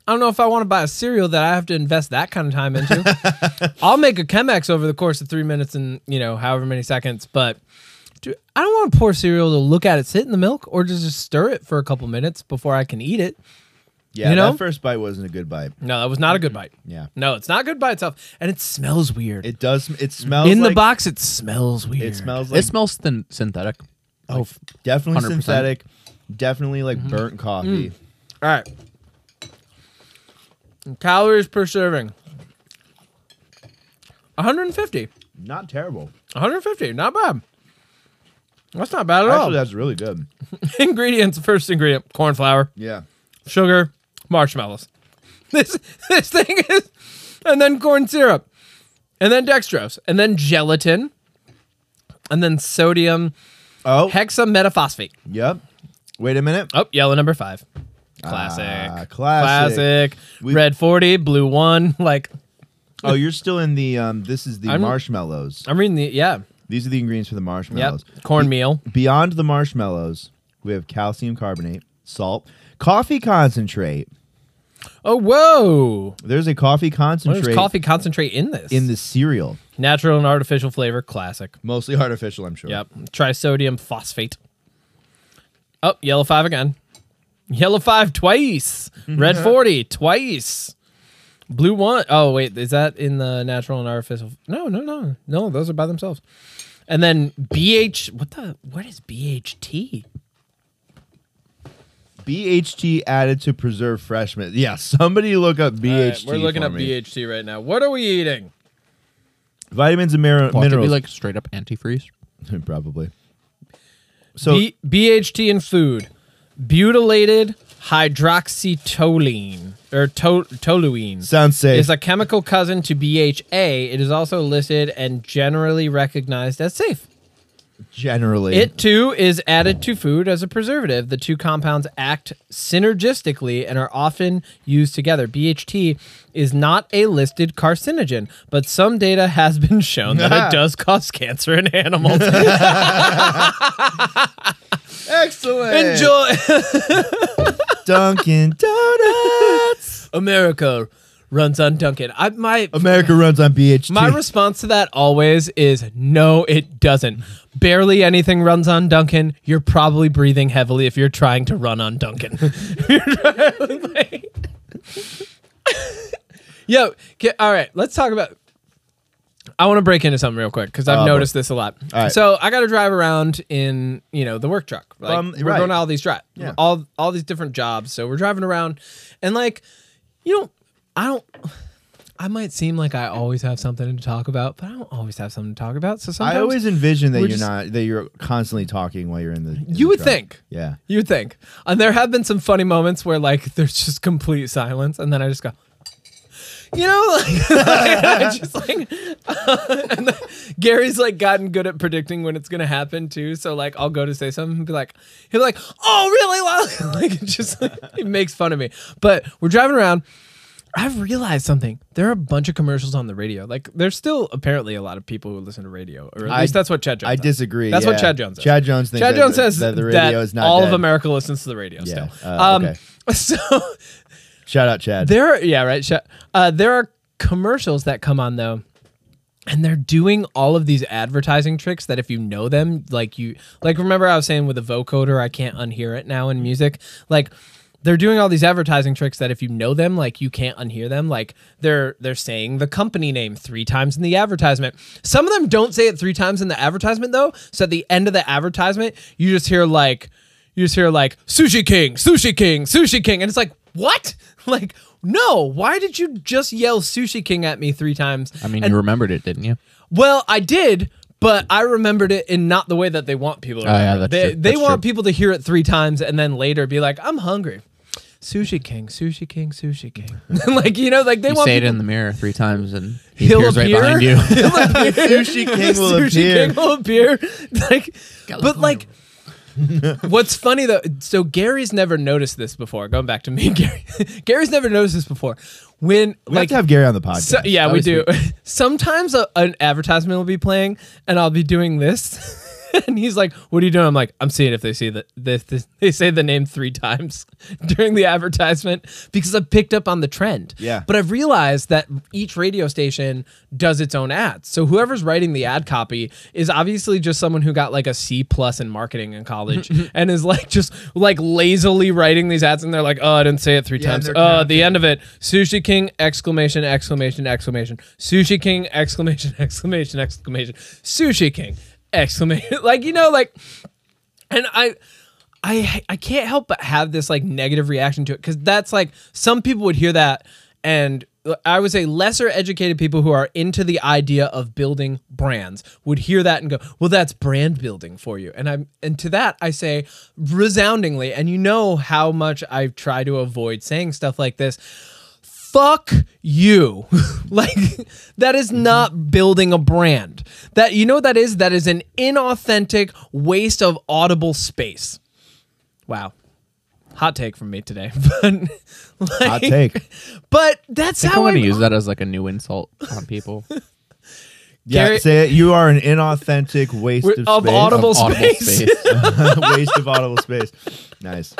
I don't know if I want to buy a cereal that I have to invest that kind of time into. I'll make a Chemex over the course of three minutes and you know however many seconds, but dude, I don't want to pour cereal to look at it sit in the milk or just, just stir it for a couple minutes before I can eat it.
Yeah,
You know?
that first bite wasn't a good bite.
No, that was not a good bite.
Yeah.
No, it's not good by itself, and it smells weird.
It does. sm- It smells
in the
like-
box, it smells weird.
It smells like
it smells thin- synthetic.
oh, f- definitely
100%.
Mm-hmm. Mm.
synthetic, definitely like burnt coffee.
All right. Calories per serving. 150.
Not terrible.
150. Not bad. That's not bad at all.
Actually, that's really good.
[laughs] Ingredients. First ingredient: corn flour,
Yeah.
sugar, marshmallows. [laughs] This this thing is, and then corn syrup, and then dextrose, and then gelatin, and then sodium
Oh.
hexametaphosphate.
Yep. Wait a minute.
Oh, yellow number five. Classic.
Ah, classic.
Classic.
We-
Red 40, blue one. [laughs] Like,
Oh, you're still in the. Um, this is the
I'm-
marshmallows.
I'm reading the, yeah.
These are the ingredients for the
Yep.
marshmallows.
Cornmeal.
Beyond the marshmallows, we have calcium carbonate, salt, coffee concentrate.
Oh, whoa.
There's a coffee
There's
concentrate
coffee concentrate in this.
in the cereal,
natural and artificial flavor. Classic.
mostly artificial, I'm sure.
Yep. Trisodium phosphate. Oh, yellow five again. Yellow five twice.
Mm-hmm.
Red 40 twice. Blue one. Oh, wait. Is that in the natural and artificial? No, no, no. No, those are by themselves. And then BH. What the? What is BHT?
BHT added to preserve freshmen. Yeah, somebody look up
All right,
BHT.
we're looking
for
up
me.
BHT right now. What are we eating?
Vitamins and mir-
Well, to be
minerals.
like straight up antifreeze.
[laughs] Probably. So
B- BHT in food. Butylated hydroxytoluene or to- toluene.
sounds safe.
is a chemical cousin to BHA. It is also listed and generally recognized as safe.
generally.
It too is added to food as a preservative. The two compounds act synergistically and are often used together. BHT is not a listed carcinogen, but some data has been shown that it does cause cancer in animals.
Excellent. [laughs]
Enjoy
Dunkin' Donuts.
[laughs] America runs on Dunkin'. I my
America runs on
[laughs]
BHT.
My response to that always is no, it doesn't. Barely anything runs on Duncan. You're probably breathing heavily if you're trying to run on Duncan. [laughs] Yo, ca- all right, let's talk about. I want to break into something real quick because I've
Uh,
noticed this a lot.
All right.
So I got to drive around in you know the work truck. Like
Um,
we're
right.
going to all these drive,
Yeah.
all all these different jobs. So we're driving around, and like, you know, I don't. I might seem like I always have something to talk about, but I don't always have something to talk about. So sometimes
I always envision that
we're
you're
just-
not that you're constantly talking while you're in the. in the
you would
truck.
think.
Yeah.
You would think. And there have been some funny moments where like there's just complete silence and then I just go you know, [laughs] like, I just like, [laughs] and then Gary's like gotten good at predicting when it's gonna happen too. So like, I'll go to say something and be like, he'll be like, oh really? [laughs] Wow, like it just like, it makes fun of me. But we're driving around. I've realized something. There are a bunch of commercials on the radio. Like there's still apparently a lot of people who listen to radio, or at
I-
least that's what Chad Jones.
I
does.
disagree.
That's
yeah.
what Chad Jones says.
Chad Jones thinks
Chad
that
Jones
the-
says
that the radio
that
is not
all
dead.
of America listens to the radio
Yeah,
still.
uh,
um,
okay.
[laughs] So
Shout
[laughs]
out Chad.
there, are, yeah, right. sh- Uh, there are commercials that come on though, and they're doing all of these advertising tricks that if you know them, like you, like remember I was saying with the vocoder, I can't unhear it now in music, like. They're doing all these advertising tricks that if you know them, like you can't unhear them. Like they're they're saying the company name three times in the advertisement. Some of them don't say it three times in the advertisement though. So at the end of the advertisement, you just hear like you just hear like sushi king sushi king sushi king and it's like what [laughs] like no why did you just yell sushi king at me three times
I mean, you remembered it, didn't you?
well i did but i remembered it in not the way that they want people to
Oh, yeah,
remember it.
that's
they,
true.
they
That's
want
true.
people to hear it three times and then later be like i'm hungry sushi king sushi king sushi king [laughs] like you know like they
You
want
say it
people-
in the mirror three times, and he
He'll
appears
appear?
right behind
[laughs]
you. [laughs]
Sushi King will
Sushi
appear.
King will appear. [laughs] Like, but like, [laughs] what's funny though? So Gary's never noticed this before. Going back to me, Gary. [laughs] Gary's never noticed this before. When
we
like,
have to have Gary on the podcast.
so, yeah, we do. [laughs] Sometimes a, an advertisement will be playing, and I'll be doing this. [laughs] And he's like, "What are you doing?" I'm like, "I'm seeing if they see that they, they, they say the [laughs] name three times [laughs] during the advertisement because I picked up on the trend."
Yeah.
But I've realized that each radio station does its own ads. So whoever's writing the ad copy is obviously just someone who got like a C plus in marketing in college and is like just like lazily writing these ads, and they're like, "Oh, I didn't say it three
Yeah, and
times."
they're
Uh, the end of it, Sushi King exclamation exclamation exclamation Sushi King exclamation [laughs] exclamation exclamation Sushi King exclamation [laughs] like you know like and I I I can't help but have this like negative reaction to it because that's like some people would hear that and I would say lesser educated people who are into the idea of building brands would hear that and go, "Well, that's brand building for you." And I'm and to that I say resoundingly, and you know how much I try to avoid saying stuff like this. Fuck you. [laughs] like that is
Mm-hmm.
not building a brand. That you know what that is? That is an inauthentic waste of audible space. Wow. Hot take from me today. [laughs] But like,
Hot take.
But that's
I
how
want
I
to use that as like a new insult
[laughs]
on people.
Yeah,
Gary-
say it. You are an inauthentic waste
We're-
of,
of
space. [laughs]
audible
Of audible
space.
space.
waste of
[laughs]
audible space. Nice.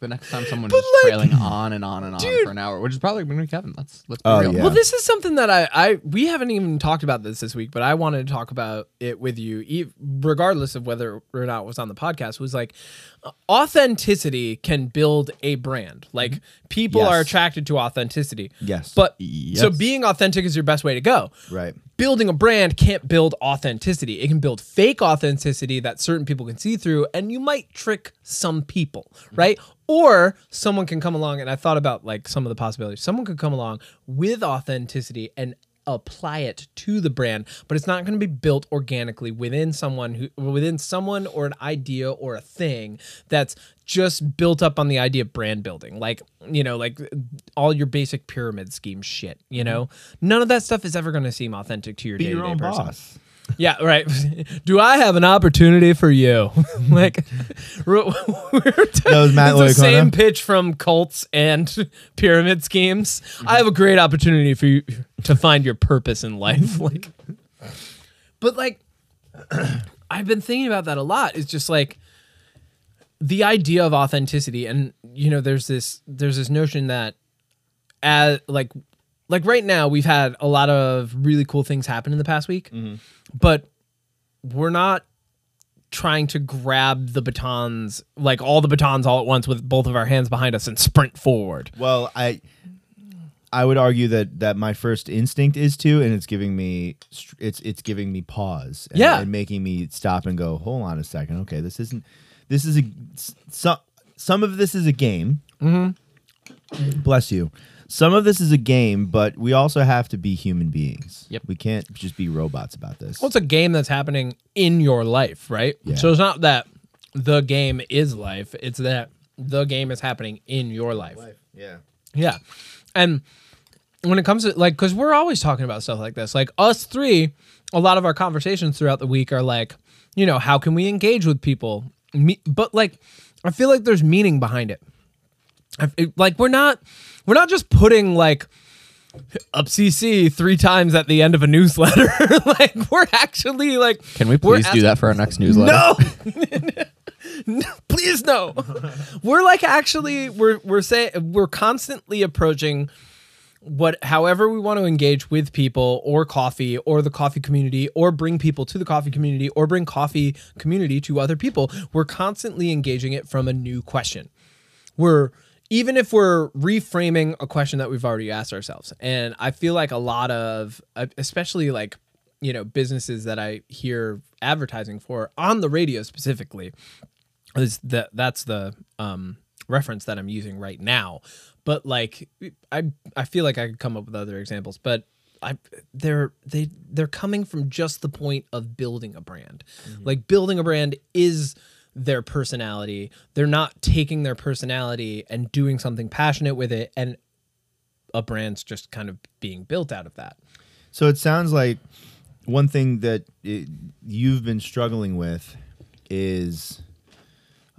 the next time someone's just
like,
trailing on and on and on
dude.
for an hour, which is probably going to be Kevin. Let's let's be
Oh,
real.
yeah.
Well, this is something that I, I we haven't even talked about this this week, but I wanted to talk about it with you, e- regardless of whether or not it was on the podcast. Was like uh, authenticity can build a brand. Like people are
Mm-hmm. Yes.
attracted to authenticity.
Yes.
But so
Yes.
being authentic is your best way to go.
Right.
Building a brand can't build authenticity. It can build fake authenticity that certain people can see through, and you might trick some people, right? Or someone can come along, and I thought about like some of the possibilities. Someone could come along with authenticity and apply it to the brand, but it's not going to be built organically within someone who within someone or an idea or a thing that's just built up on the idea of brand building. Like, you know, like all your basic pyramid scheme shit, you know? None of that stuff is ever going to seem authentic to your
Mm-hmm. Be
day-to-day
your own
person.
boss.
Yeah, right. [laughs] Do I have an opportunity for you? [laughs] like, we're, we're
That was Matt
it's the
Loiacono.
same pitch from cults and [laughs] pyramid schemes. I have a great opportunity for you to find your purpose in life. [laughs] Like, but like, [clears throat] I've been thinking about that a lot. It's just like the idea of authenticity, and you know, there's this there's this notion that as like like right now we've had a lot of really cool things happen in the past week but we're not trying to grab the batons like all the batons all at once with both of our hands behind us and sprint forward
Well, I I would argue that that my first instinct is to, and it's giving me str- it's it's giving me pause. And,
Yeah.
and making me stop and go, hold on a second. Okay, this isn't. This is a some some of this is a game. Mm-hmm. Bless you. Some of this is a game, but we also have to be human beings.
Yep.
We can't just be robots about this.
well, it's a game that's happening in your life right
Yeah.
so it's not that the game is life it's that the game is happening in your life
yeah.
Yeah. And when it comes to like, because we're always talking about stuff like this, like us three, a lot of our conversations throughout the week are like, you know, how can we engage with people? Me- but like, I feel like there's meaning behind it. I- it- Like we're not, we're not just putting like up CC three times at the end of a newsletter. [laughs] like we're actually like,
Can we
we're
please do
ask-
that for our next newsletter?
no. [laughs] No, please no. We're like actually we're we're saying we're constantly approaching what however we want to engage with people or coffee or the coffee community or bring people to the coffee community or bring coffee community to other people. We're constantly engaging it from a new question we're even if we're reframing a question that we've already asked ourselves and i feel like a lot of uh, especially like you know businesses that i hear advertising for on the radio specifically is that that's the um reference that i'm using right now but like i i feel like i could come up with other examples but I, they're they they're coming from just the point of building a brand. Like building a brand is their personality. They're not taking their personality and doing something passionate with it and a brand's just kind of being built out of that.
So it sounds like one thing that i you've been struggling with is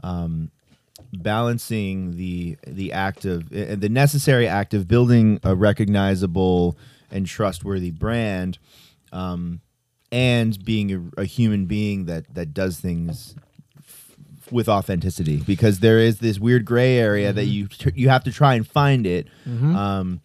um, balancing the the act of uh, the necessary act of building a recognizable and trustworthy brand, um, and being a, a human being that that does things f- with authenticity because there is this weird gray area that you tr- you have to try and find it um,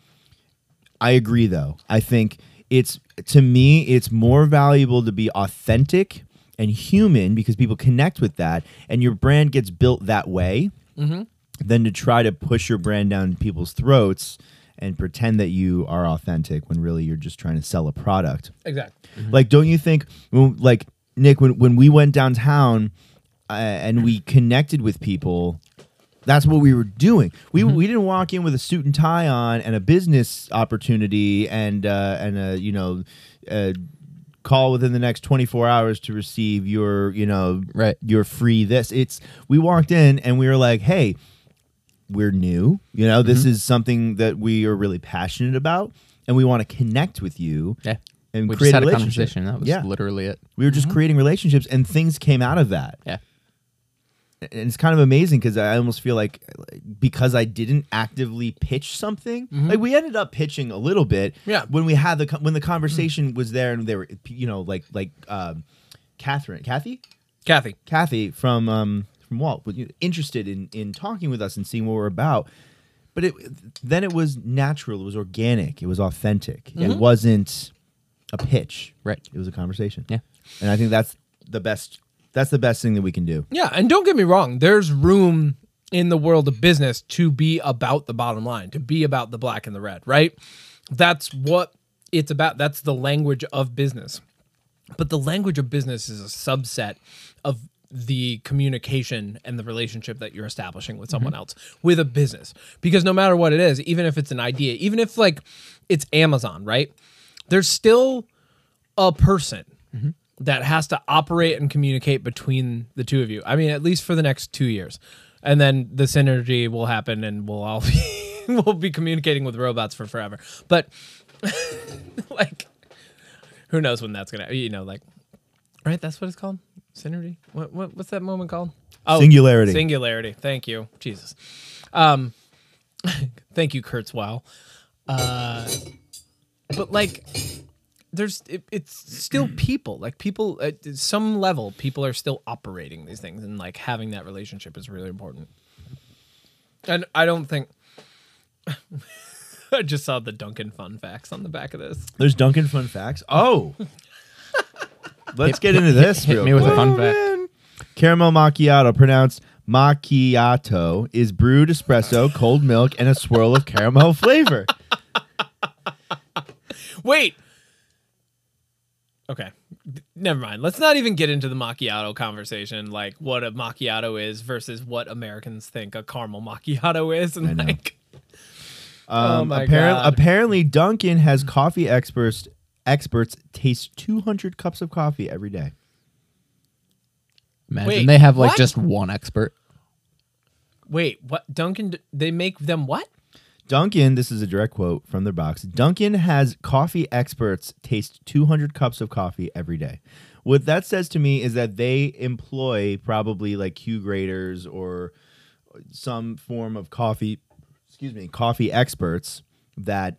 I agree though. I think it's to me it's more valuable to be authentic and human because people connect with that and your brand gets built that way than to try to push your brand down people's throats and pretend that you are authentic when really you're just trying to sell a product.
Exactly.
Mm-hmm. Like, don't you think, when- like Nick, when when we went downtown uh, and we connected with people, That's what we were doing. We,
Mm-hmm.
we didn't walk in with a suit and tie on and a business opportunity and uh, and a you know a call within the next 24 hours to receive your you know
Right.
your free this. It's we walked in and we were like, hey, we're new. You know,
Mm-hmm.
this is something that we are really passionate about, and we want to connect with you.
Yeah.
And
we
create
just had a
relationship.
conversation. That was
Yeah.
literally it.
We were just creating relationships, and things came out of that.
Yeah.
And it's kind of amazing because I almost feel like because I didn't actively pitch something,
Mm-hmm.
like we ended up pitching a little bit.
Yeah.
When we had the con- when the
Mm.
conversation was there, and they were, you know, like like um, Catherine, Kathy,
Kathy.
Kathy from um, from Walt was you know, interested in in talking with us and seeing what we're about. But it then it was natural, it was organic, it was authentic. It wasn't a pitch,
Mm-hmm. Right.
It was a conversation.
Yeah.
and I think that's the best. That's the best thing that we can do.
Yeah, and don't get me wrong, there's room in the world of business to be about the bottom line, to be about the black and the red, right? That's what it's about. That's the language of business. But the language of business is a subset of the communication and the relationship that you're establishing with someone else with a business. Because no matter what it is, even if it's an idea, even if like it's Amazon, right? There's still a person that has to operate and communicate between the two of you. I mean, at least for the next two years, and then the synergy will happen, and we'll all be, [laughs] we'll be communicating with robots for forever. But [laughs] like, who knows when that's gonna? You know, like, right? That's what it's called, synergy. What, what what's that moment called? Oh,
Singularity.
Singularity. Thank you, Jesus. Um, [laughs] thank you, Kurtzweil. Uh, but like there's it, it's still people like people uh, at some level people are still operating these things and like having that relationship is really important and i don't think [laughs] i just saw the duncan fun facts on the back of this
There's Duncan fun facts.
[laughs]
Oh, let's get into this.
Hit
real
me with
quick. Oh,
a fun fact.
Caramel macchiato, pronounced macchiato, is brewed espresso, cold milk, and a swirl of caramel flavor.
wait okay D- never mind let's not even get into the macchiato conversation like what a macchiato is versus what americans think a caramel macchiato is and like
Um,
Oh my
apparent-
God.
Apparently, Duncan has coffee experts experts taste 200 cups of coffee every day.
Imagine
Wait,
they have like
what?
just one expert.
wait what duncan d- they make them what
Duncan, this is a direct quote from their box. Duncan has coffee experts taste 200 cups of coffee every day. What that says to me is that they employ probably like Q graders or some form of coffee, excuse me, coffee experts that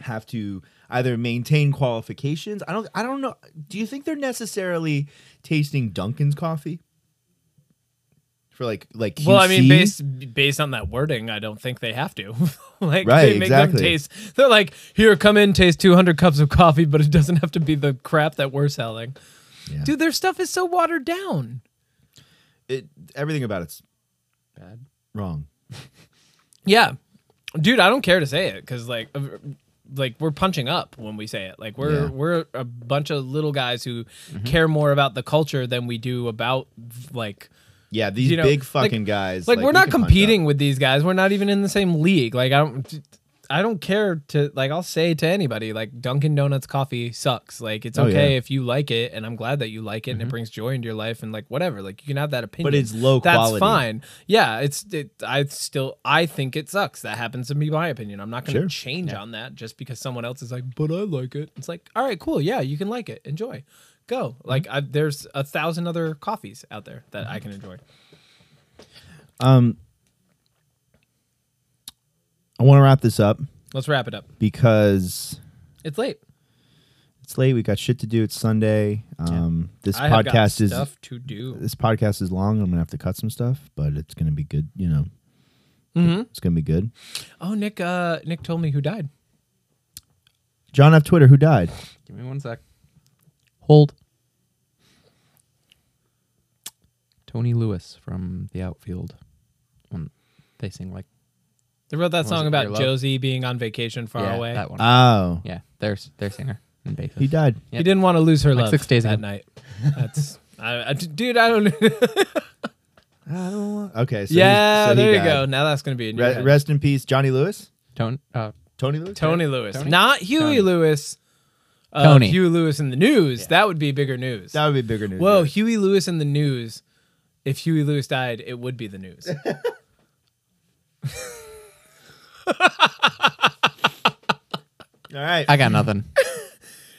have to either maintain qualifications. I don't I don't know. Do you think they're necessarily tasting Duncan's coffee? For like like
Well, I mean,
QC?
based based on that wording, I don't think they have to. [laughs] like,
Right,
they make
exactly.
them taste. They're like, here, come in, taste 200 cups of coffee, but it doesn't have to be the crap that we're selling.
Yeah.
Dude, their stuff is so watered down.
it, everything about it's bad wrong.
Yeah, dude, I don't care to say it because like, uh, like we're punching up when we say it. Like we're
Yeah.
we're a bunch of little guys who care more about the culture than we do about like
Yeah, these
you know,
big
like-
fucking guys.
Like, we're
we
not
can punch up.
competing with these guys. We're not even in the same league. Like I don't I don't care to like I'll say to anybody like Dunkin Donuts coffee sucks. Like it's
Oh,
okay
yeah. Mm-hmm.
if you like it and I'm glad that you like it and it brings joy into your life and like whatever. Like you can have that opinion.
it's low
That's
quality.
fine. Yeah, it's it, I still I think it sucks. That happens to be my opinion. I'm not going to
Sure.
change on that just because someone else is like, "But I like it." It's like, "All right, cool. Yeah, you can like it. Enjoy." Go. Like
Mm-hmm.
I, there's a thousand other coffees out there that I can enjoy.
Um, I want to wrap this up
Let's wrap it up.
because
It's late.
it's late. We got shit to do. It's Sunday. Um, This
I have got
podcast is
stuff to do.
this podcast is long. I'm gonna have to cut some stuff, but it's gonna be good. You know,
Mm-hmm.
it's gonna be good.
Oh, Nick. Uh, Nick told me who died.
John F. Twitter, who died?
Give me one sec. Hold. Tony Lewis from the outfield. When they sing like
They wrote that
Was
song
it
about
Your Love?
Josie being on vacation far
yeah,
away.
that one.
Oh,
yeah, their their singer and bassist.
he died.
He
Yep.
didn't want to lose her
Like [laughs]
love
six days
that [laughs]
ago.
night. That's I, I- dude. I don't.
I don't want. Okay, so
yeah,
he's- so he
there you
died.
go. Now that's gonna be in your
Re-
head.
rest in peace, Johnny Lewis.
Tone. Uh,
Tony Lewis.
Tony Lewis,
Tony?
not Huey
Tony.
Lewis. Of
Tony.
Huey Lewis in the news. That would be bigger news.
That would be bigger news.
Whoa,
yeah.
Huey Lewis in the news. If Huey Lewis died, it would be the
[laughs]
news.
All right.
I got nothing.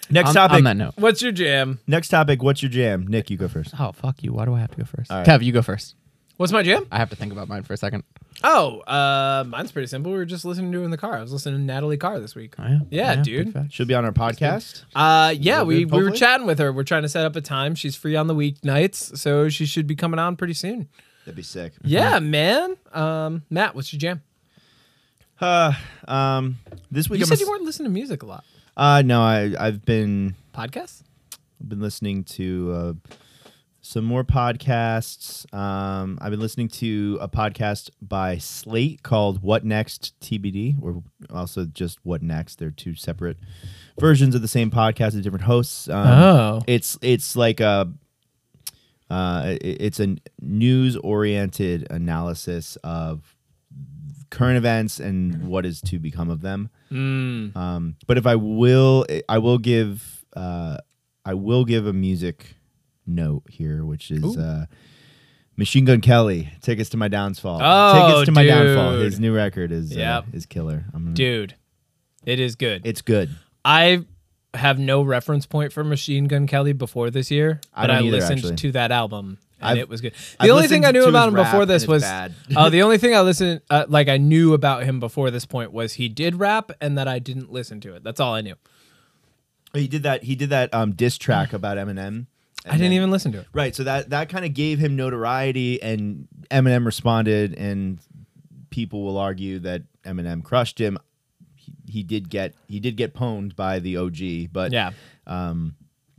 Next
[laughs] on,
topic.
on that note.
What's your jam?
Next topic. What's your jam, Nick? You go first.
Oh fuck you! Why do I have to go first?
right.
Kev, you go first.
What's my jam?
I have to think about mine for a second.
Oh, uh, mine's pretty simple. We were just listening to it in the car. I was listening to Natalie Carr this week.
Oh, yeah.
Yeah,
big
dude.
fact.
Should be on our podcast.
Uh, yeah, we, we were
hopefully?
chatting with her. We're trying to set up a time. She's free on the weeknights, so she should be coming on pretty soon.
That'd be sick.
[laughs] Yeah, man. Um, Matt, what's your jam?
Uh, um, this week
You
I'm
said
a-
you weren't listening to music a lot.
Uh, no, I I've been
Podcasts?
been listening to uh, some more podcasts. Um, I've been listening to a podcast by Slate called What Next TBD, or also just What Next. They're two separate versions of the same podcast with different hosts. Um,
Oh.
it's it's like a uh, it- it's a news oriented analysis of current events and what is to become of them.
mm,
Um, but if I will, I will give, uh, I will give a music note here, which is uh, Machine Gun Kelly. Tickets to my downfall.
Oh,
Tickets to my downfall.
dude.
His new record is
Yep.
uh, is killer. I'm gonna-
Dude, it is good.
it's good.
I have no reference point for Machine Gun Kelly before this year,
I
but I,
don't either,
listened
actually.
to that album and
I've-
it was good. The
I've
only thing
listened
I knew
to
about
his
him
rap
before
and
this
it's
was
bad.
[laughs] uh, the only thing I listened uh, like I knew about him before this point was he did rap and that I didn't listen to it. That's all I knew.
He did that. He did that um, diss track about Eminem.
I didn't
even.
even listen to it.
Right. So that that kind of gave him notoriety, and Eminem responded, and people will argue that Eminem crushed him. He, he did get he did get pwned by the OG, but
Yeah.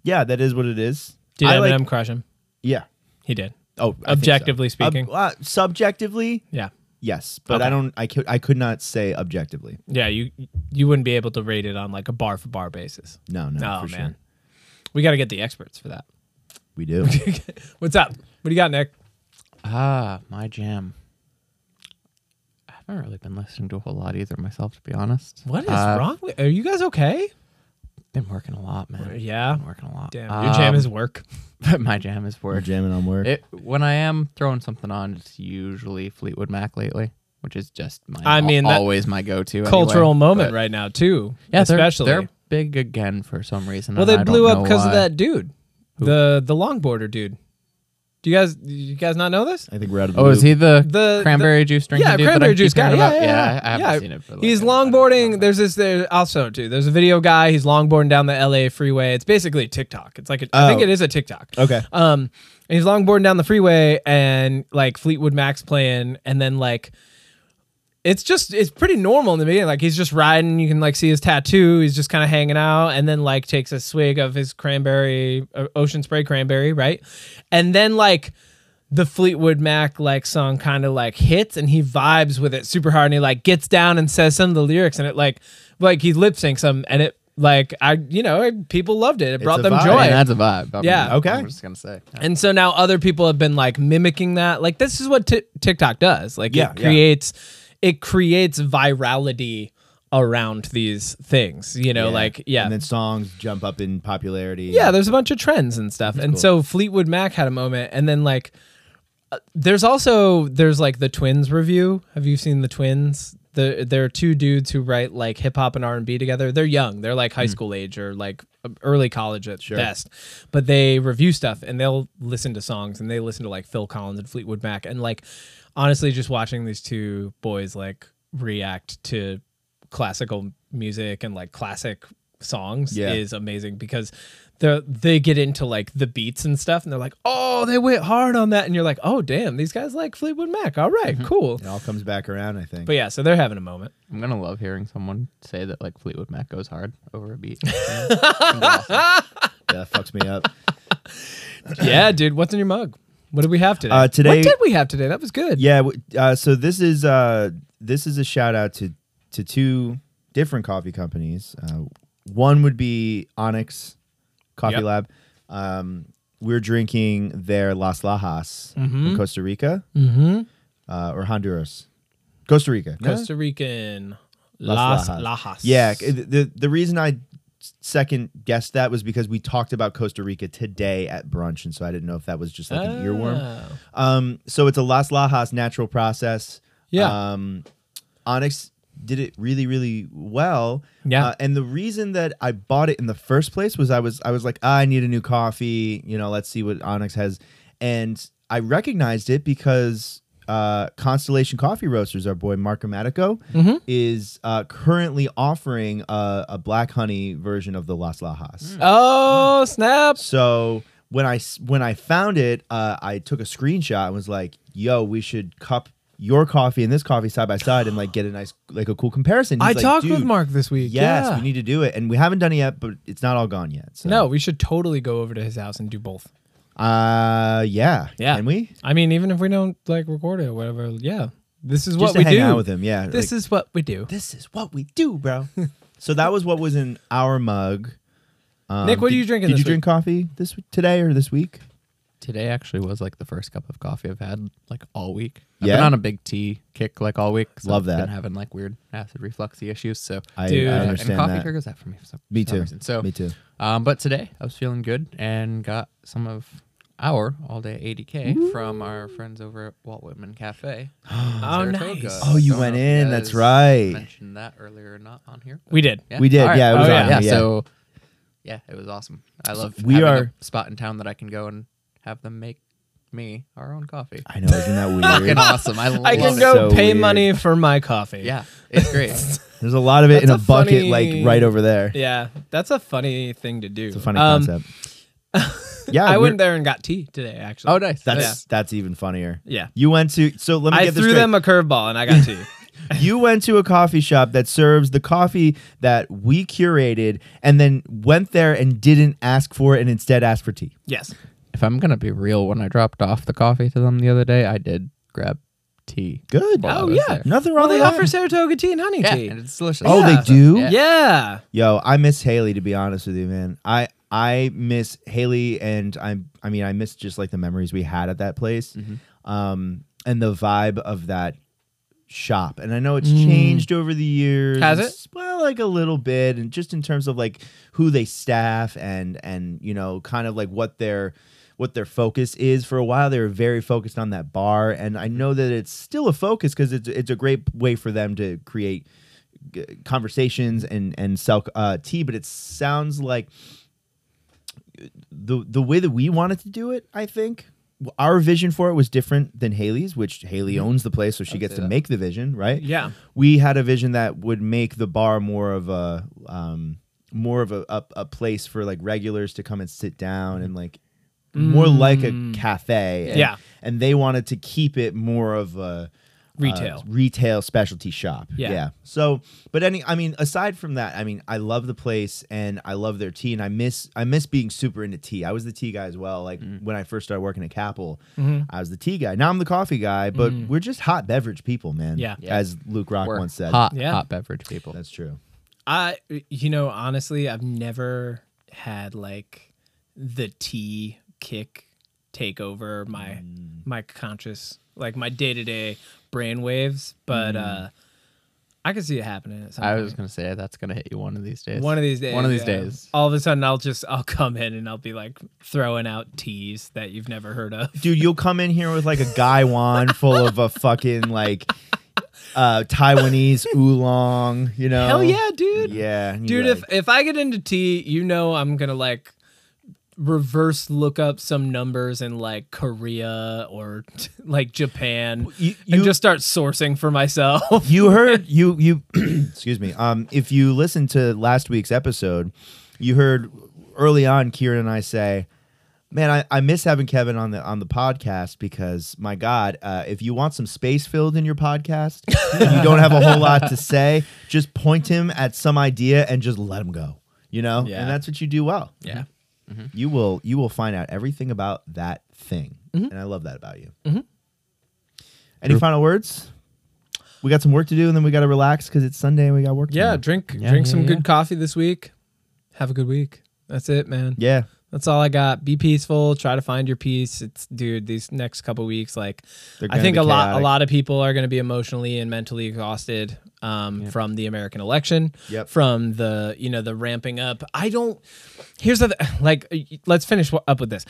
yeah, that is what it is.
Did
I
Eminem
Like,
crush him?
yeah.
He did.
Oh, I think so.
Objectively speaking.
Ob- uh, subjectively,
Yeah.
yes, but
Okay.
I don't. I could I could not say objectively.
Yeah, you you wouldn't be able to rate it on like a bar for bar basis.
No, no,
Oh
for
man.
sure.
We got to get the experts for that. [laughs]
We do.
What's up? What do you got, Nick?
Ah, my jam. I haven't really been listening to a whole lot either myself, to be honest.
What is
Uh,
wrong with Are you guys okay?
Been working a lot, man.
Yeah.
Been working a lot.
Damn, your jam
Um,
is work.
my jam is
We're
work.
jamming on work.
It, when I am throwing something on, it's usually Fleetwood Mac lately, which is just my
I mean, that-
always my go-to
Cultural
anyway,
moment
but-
right now too.
Yeah, they're-
especially.
they're, big again for some reason.
well,
and
they
I don't
blew up
know
because of
why.
that dude, the the longboarder dude. Do you guys you guys not know this?
I think we're out of. The
Oh, is
loop.
he the,
The-
cranberry juice drinking?
Yeah,
dude that I
cranberry
keep
juice guy.
hearing
Yeah,
about?
yeah, yeah,
I haven't
yeah.
seen it. For like
he's
a- I don't know.
longboarding. There's this. There also, dude. There's a video guy. He's longboarding down the L.A. freeway. It's basically a TikTok. It's like a, I think
Oh.
it is a TikTok.
Okay.
Um, and he's longboarding down the freeway, and like Fleetwood Mac's playing, and then like. It's just it's pretty normal in the beginning. Like he's just riding, you can like see his tattoo. He's just kind of hanging out, and then like takes a swig of his cranberry, uh, ocean spray cranberry, right? And then like the Fleetwood Mac like song kind of like hits and he vibes with it super hard and he like gets down and says some of the lyrics and it like like he lip syncs them and it like I you know it- people loved it it brought
a
them
vibe.
I mean,
joy
that's a vibe. I'm-
Yeah.
Okay.
I'm just gonna say.
and so now other people have been like mimicking that like this is what Ti- TikTok does like
Yeah,
it
yeah.
creates it creates virality around these things you know like yeah
And then songs jump up in popularity.
yeah, there's a bunch of trends and stuff. And so Fleetwood Mac had a moment, and then like, uh, there's also there's like the Twins review. Have you seen the Twins? The there are two dudes who write like hip hop and R and B together. They're young. They're like high school age or like um, early college at best. But they review stuff and they'll listen to songs and they listen to like Phil Collins and Fleetwood Mac and like honestly just watching these two boys like react to classical music and like classic songs
Yeah.
is amazing because they they get into like the beats and stuff and they're like oh they went hard on that and you're like oh damn these guys like Fleetwood Mac all right,
Mm-hmm.
cool
It all comes back around. I think.
but yeah so they're having a moment [clears throat]
I'm gonna love hearing someone say that like Fleetwood Mac goes hard over a beat.
yeah, that fucks me up.
yeah dude what's in your mug what did we have today
Uh, today-
what did we have today that was good
Yeah. w- Uh, so this is uh, this is a shout out to to two different coffee companies. Uh, one would be Onyx Coffee
Yep.
Lab, um, we're drinking their Las Lajas in Costa Rica
Mm-hmm.
uh, or Honduras, Costa Rica, No?
Costa Rican Las,
Las Lajas.
Lajas.
Yeah, c- the the reason I second guessed that was because we talked about Costa Rica today at brunch, and so I didn't know if that was just like an earworm.
Ah.
Um, so it's a Las Lajas natural process.
Yeah.
Um, Onyx did it really, really well.
Yeah.
Uh, and the reason that I bought it in the first place was I was I was like, ah, I need a new coffee. You know, let's see what Onyx has. And I recognized it because uh, Constellation Coffee Roasters, our boy Marco Matico,
Mm-hmm.
is uh, currently offering a, a black honey version of the Las
Mm.
Lajas.
Oh snap!
So when I s- when I found it, uh, I took a screenshot and was like, "Yo, we should cup your coffee and this coffee side by side and like get a nice like a cool comparison." He's
I
like,
talked with
"Dude,
Mark this week.
Yes,
yeah.
we need to do it, and we haven't done it yet, but it's not all gone yet. So.
no, we should totally go over to his house and do both.
Uh, yeah,
Yeah.
Can we
I mean, even if we don't like record it or whatever, yeah. This is
just
what
to
we
hang
do.
out with him? Yeah.
This
like,
is what we do.
this is what we do,
[laughs]
bro. so that was what was in our mug. Um,
Nick, what are
did-
you drinking
Did
this
you drink coffee this today or this week?
Today actually was like the first cup of coffee I've had like all week. I've
Yeah?
been on a big tea kick like all week. 'cause
Love that.
I've Been having like weird acid refluxy issues. So
I,
Dude.
I
And
and
understand
coffee
that.
triggers that for me. For some,
Me
for some
too.
reason. So
Me too.
Um, but today I was feeling good and got some of our all day 80k from our friends over at Walt Whitman Cafe.
Oh, nice.
Oh, you went in, that's right.
Mentioned that earlier or not on here? but
We did.
yeah.
We did,
All right.
yeah, it was
oh,
on
yeah.
here,
yeah.
yeah.
So yeah, it was awesome. I love
we
we having
are-
a spot in town that I can go and have them make me our own coffee.
I know,
[laughs]
isn't that weird? [laughs]
Fucking awesome. I love
I can
it.
go
So
pay
weird.
money for my coffee.
Yeah, it's great.
There's a lot of it in a,
That's a
bucket,
funny-
like right over there.
Yeah, that's a funny thing to do.
It's a funny
Um,
concept.
[laughs]
yeah,
I
we're-
went there and got tea today. Actually,
oh,
[laughs]
nice.
That's
Nice.
that's even funnier.
yeah.
You went to so let me
I
get this
threw
straight.
them [laughs] a curveball and I got
[laughs]
tea.
you went to a coffee shop that serves the coffee that we curated, and then went there and didn't ask for it, and instead asked for tea.
yes.
If I'm gonna be real, when I dropped off the coffee to them the other day, I did grab tea.
Good.
Well,
Oh,
I was
yeah.
there.
Nothing
Well,
wrong
they
with
offer
that.
Saratoga tea and honey
Yeah,
tea.
and it's delicious.
Oh, they do.
Yeah.
yeah.
Yo, I miss Haley. To be honest with you, man, I I miss Haley, and I I mean I miss just like the memories we had at that place,
Mm-hmm.
um, and the vibe of that shop. And I know it's changed over the years.
Mm. Has it?
It's- Well, like a little bit, and just in terms of like who they staff and and you know kind of like what their what their focus is. For a while, they were very focused on that bar, and I know that it's still a focus because it's it's a great way for them to create g- conversations and and sell uh, tea, but it sounds like the the way that we wanted to do it. I think our vision for it was different than Haley's, which Haley owns the place, so she gets
Mm-hmm. say
to
that.
make the vision, right?
Yeah.
we had a vision that would make the bar more of a um, more of a, a a place for like regulars to come and sit down and like more like a cafe. And,
Mm. Yeah.
and they wanted to keep it more of a
Retail.
uh, retail specialty shop.
Yeah.
So, but any, I mean, aside from that, I mean, I love the place and I love their tea, and I miss, I miss being super into tea. I was the tea guy as well. Like when I first started working at Capel,
Mm-hmm.
I was the tea guy. Now I'm the coffee guy, but we're just hot beverage people, man.
Mm. Yeah. Yeah.
As Luke Rock
We're
once said.
hot,
Yeah.
hot beverage people.
That's true.
I you know honestly I've never had like the tea kick take over my
Mm.
my conscious like my day to day brain waves, but
Mm.
uh I could see it happening. At some
I
point.
was gonna say that's gonna hit you one of these days.
one of these days.
One of these
yeah.
days.
All of a sudden, I'll just I'll come in and I'll be like throwing out teas that you've never heard of. [laughs]
dude you'll come in here with like a gaiwan full of a fucking like uh taiwanese oolong you know
Hell yeah, dude!
Oh, yeah and you're
dude
like,
if if i get into tea you know i'm gonna like reverse look up some numbers in like korea or [laughs] like japan
you,
and
you,
just start sourcing for myself [laughs]
you heard you you [clears throat] excuse me um if you listened to last week's episode you heard early on kieran and i say man I, I miss having kevin on the on the podcast because my god uh, if you want some space filled in your podcast [laughs] and you don't have a whole lot to say just point him at some idea and just let him go you know
Yeah.
and that's what you do well
yeah
you will you will find out everything about that thing
Mm-hmm.
and i love that about you any final words we got some work to do and then we got to relax because it's sunday and we got work to
yeah
do.
drink drink
yeah,
some
yeah.
good coffee this week have a good week that's it man
yeah
That's all I got. Be peaceful. Try to find your peace. It's dude, these next couple weeks, like
They're
I
gonna
think
be
a lot a
chaotic.
lot of people are going to be emotionally and mentally exhausted um, from the American election.
Yep.
From the you know the ramping up. I don't. Here's the th- like. uh, Let's finish w- up with this.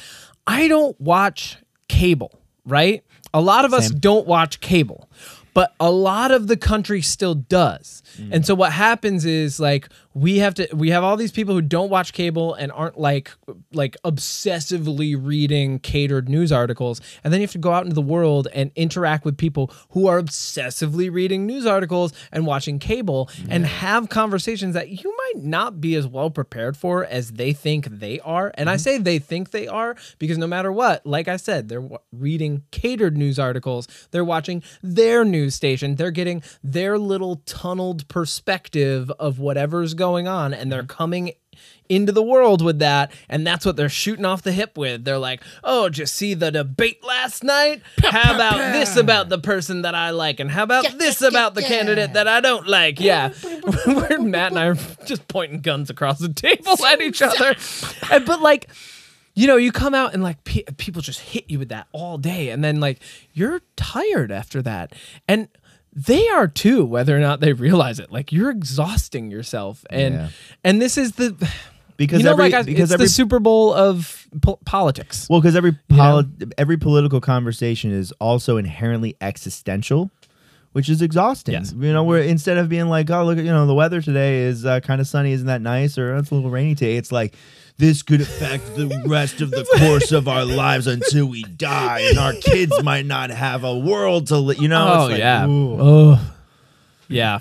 I don't watch cable. Right. A lot of us don't watch cable. But a lot of the country still does. And so what happens is like we have to we have all these people who don't watch cable and aren't like like obsessively reading catered news articles and then you have to go out into the world and interact with people who are obsessively reading news articles and watching cable and have conversations that you might not be as well prepared for as they think they are and i say they think they are because no matter what like i said they're wa- reading catered news articles they're watching their news station they're getting their little tunneled perspective of whatever's going on and they're coming into the world with that and that's what they're shooting off the hip with they're like oh did you see the debate last night how about this about the person that i like and how about this about the candidate that i don't like yeah [laughs] where matt and i are just pointing guns across the table at each other And- but like you know, you come out and like pe- people just hit you with that all day, and then like you're tired after that, and they are too, whether or not they realize it. Like you're exhausting yourself, and
Yeah.
and this is the
Because
you know
every
like I,
because
it's
every
the Super Bowl of po- politics.
Well, because every poli- every political conversation is also inherently existential, which is exhausting.
Yes.
You know, where instead of being like, "Oh, look, at you know, the weather today is uh, kind of sunny, isn't that nice?" or "Oh, "It's a little rainy today," it's like this could affect the rest
[laughs]
of the course of our lives until we die, and our kids might not have a world to live. You know? It's like, ooh.
oh yeah.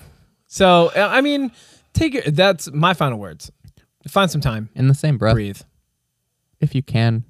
So uh, I mean, take your, that's my final words. Find some time,
In the same breath,
breathe.
if you can,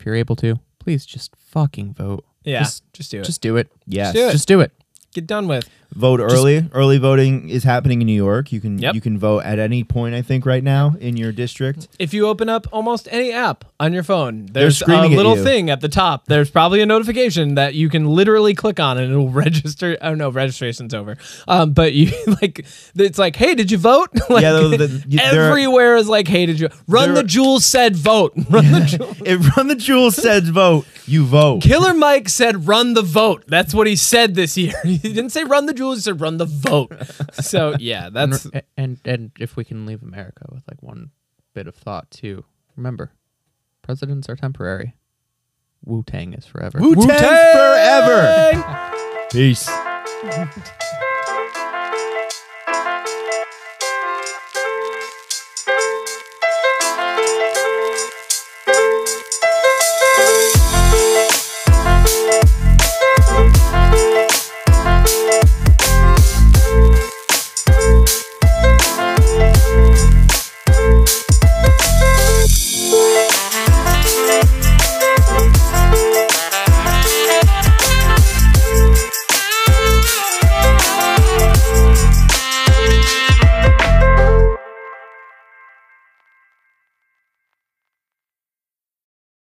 if you're able to, please just fucking vote.
Yeah,
Just,
just, do it.
just do it.
Yes.
do it.
Just do it.
get done with.
Vote early. early voting is happening in New York. You can
Yep.
you can vote at any point. I think right now in your district.
if you open up almost any app on your phone,
They're
there's a
screaming at
little
you.
thing at the top. There's probably a notification that you can literally click on and it'll [laughs] register. Oh no, registration's over. Um, but you [laughs] like, it's like, hey, did you vote? [laughs] like,
Yeah, the- the- you- there are-
everywhere is like, hey, did you run
There
the
are-
Jules said
[laughs]
vote? Run the Jules.
If Run the Jewel says vote, you vote.
Killer Mike said run the vote. That's what he said this year. [laughs] he didn't say run the Jules. He said run the vote. So
[laughs]
yeah,
And,
that's
re- and and if we can leave America with like one bit of thought too, remember, presidents are temporary. Wu Tang is forever.
Wu Tang's forever. Peace.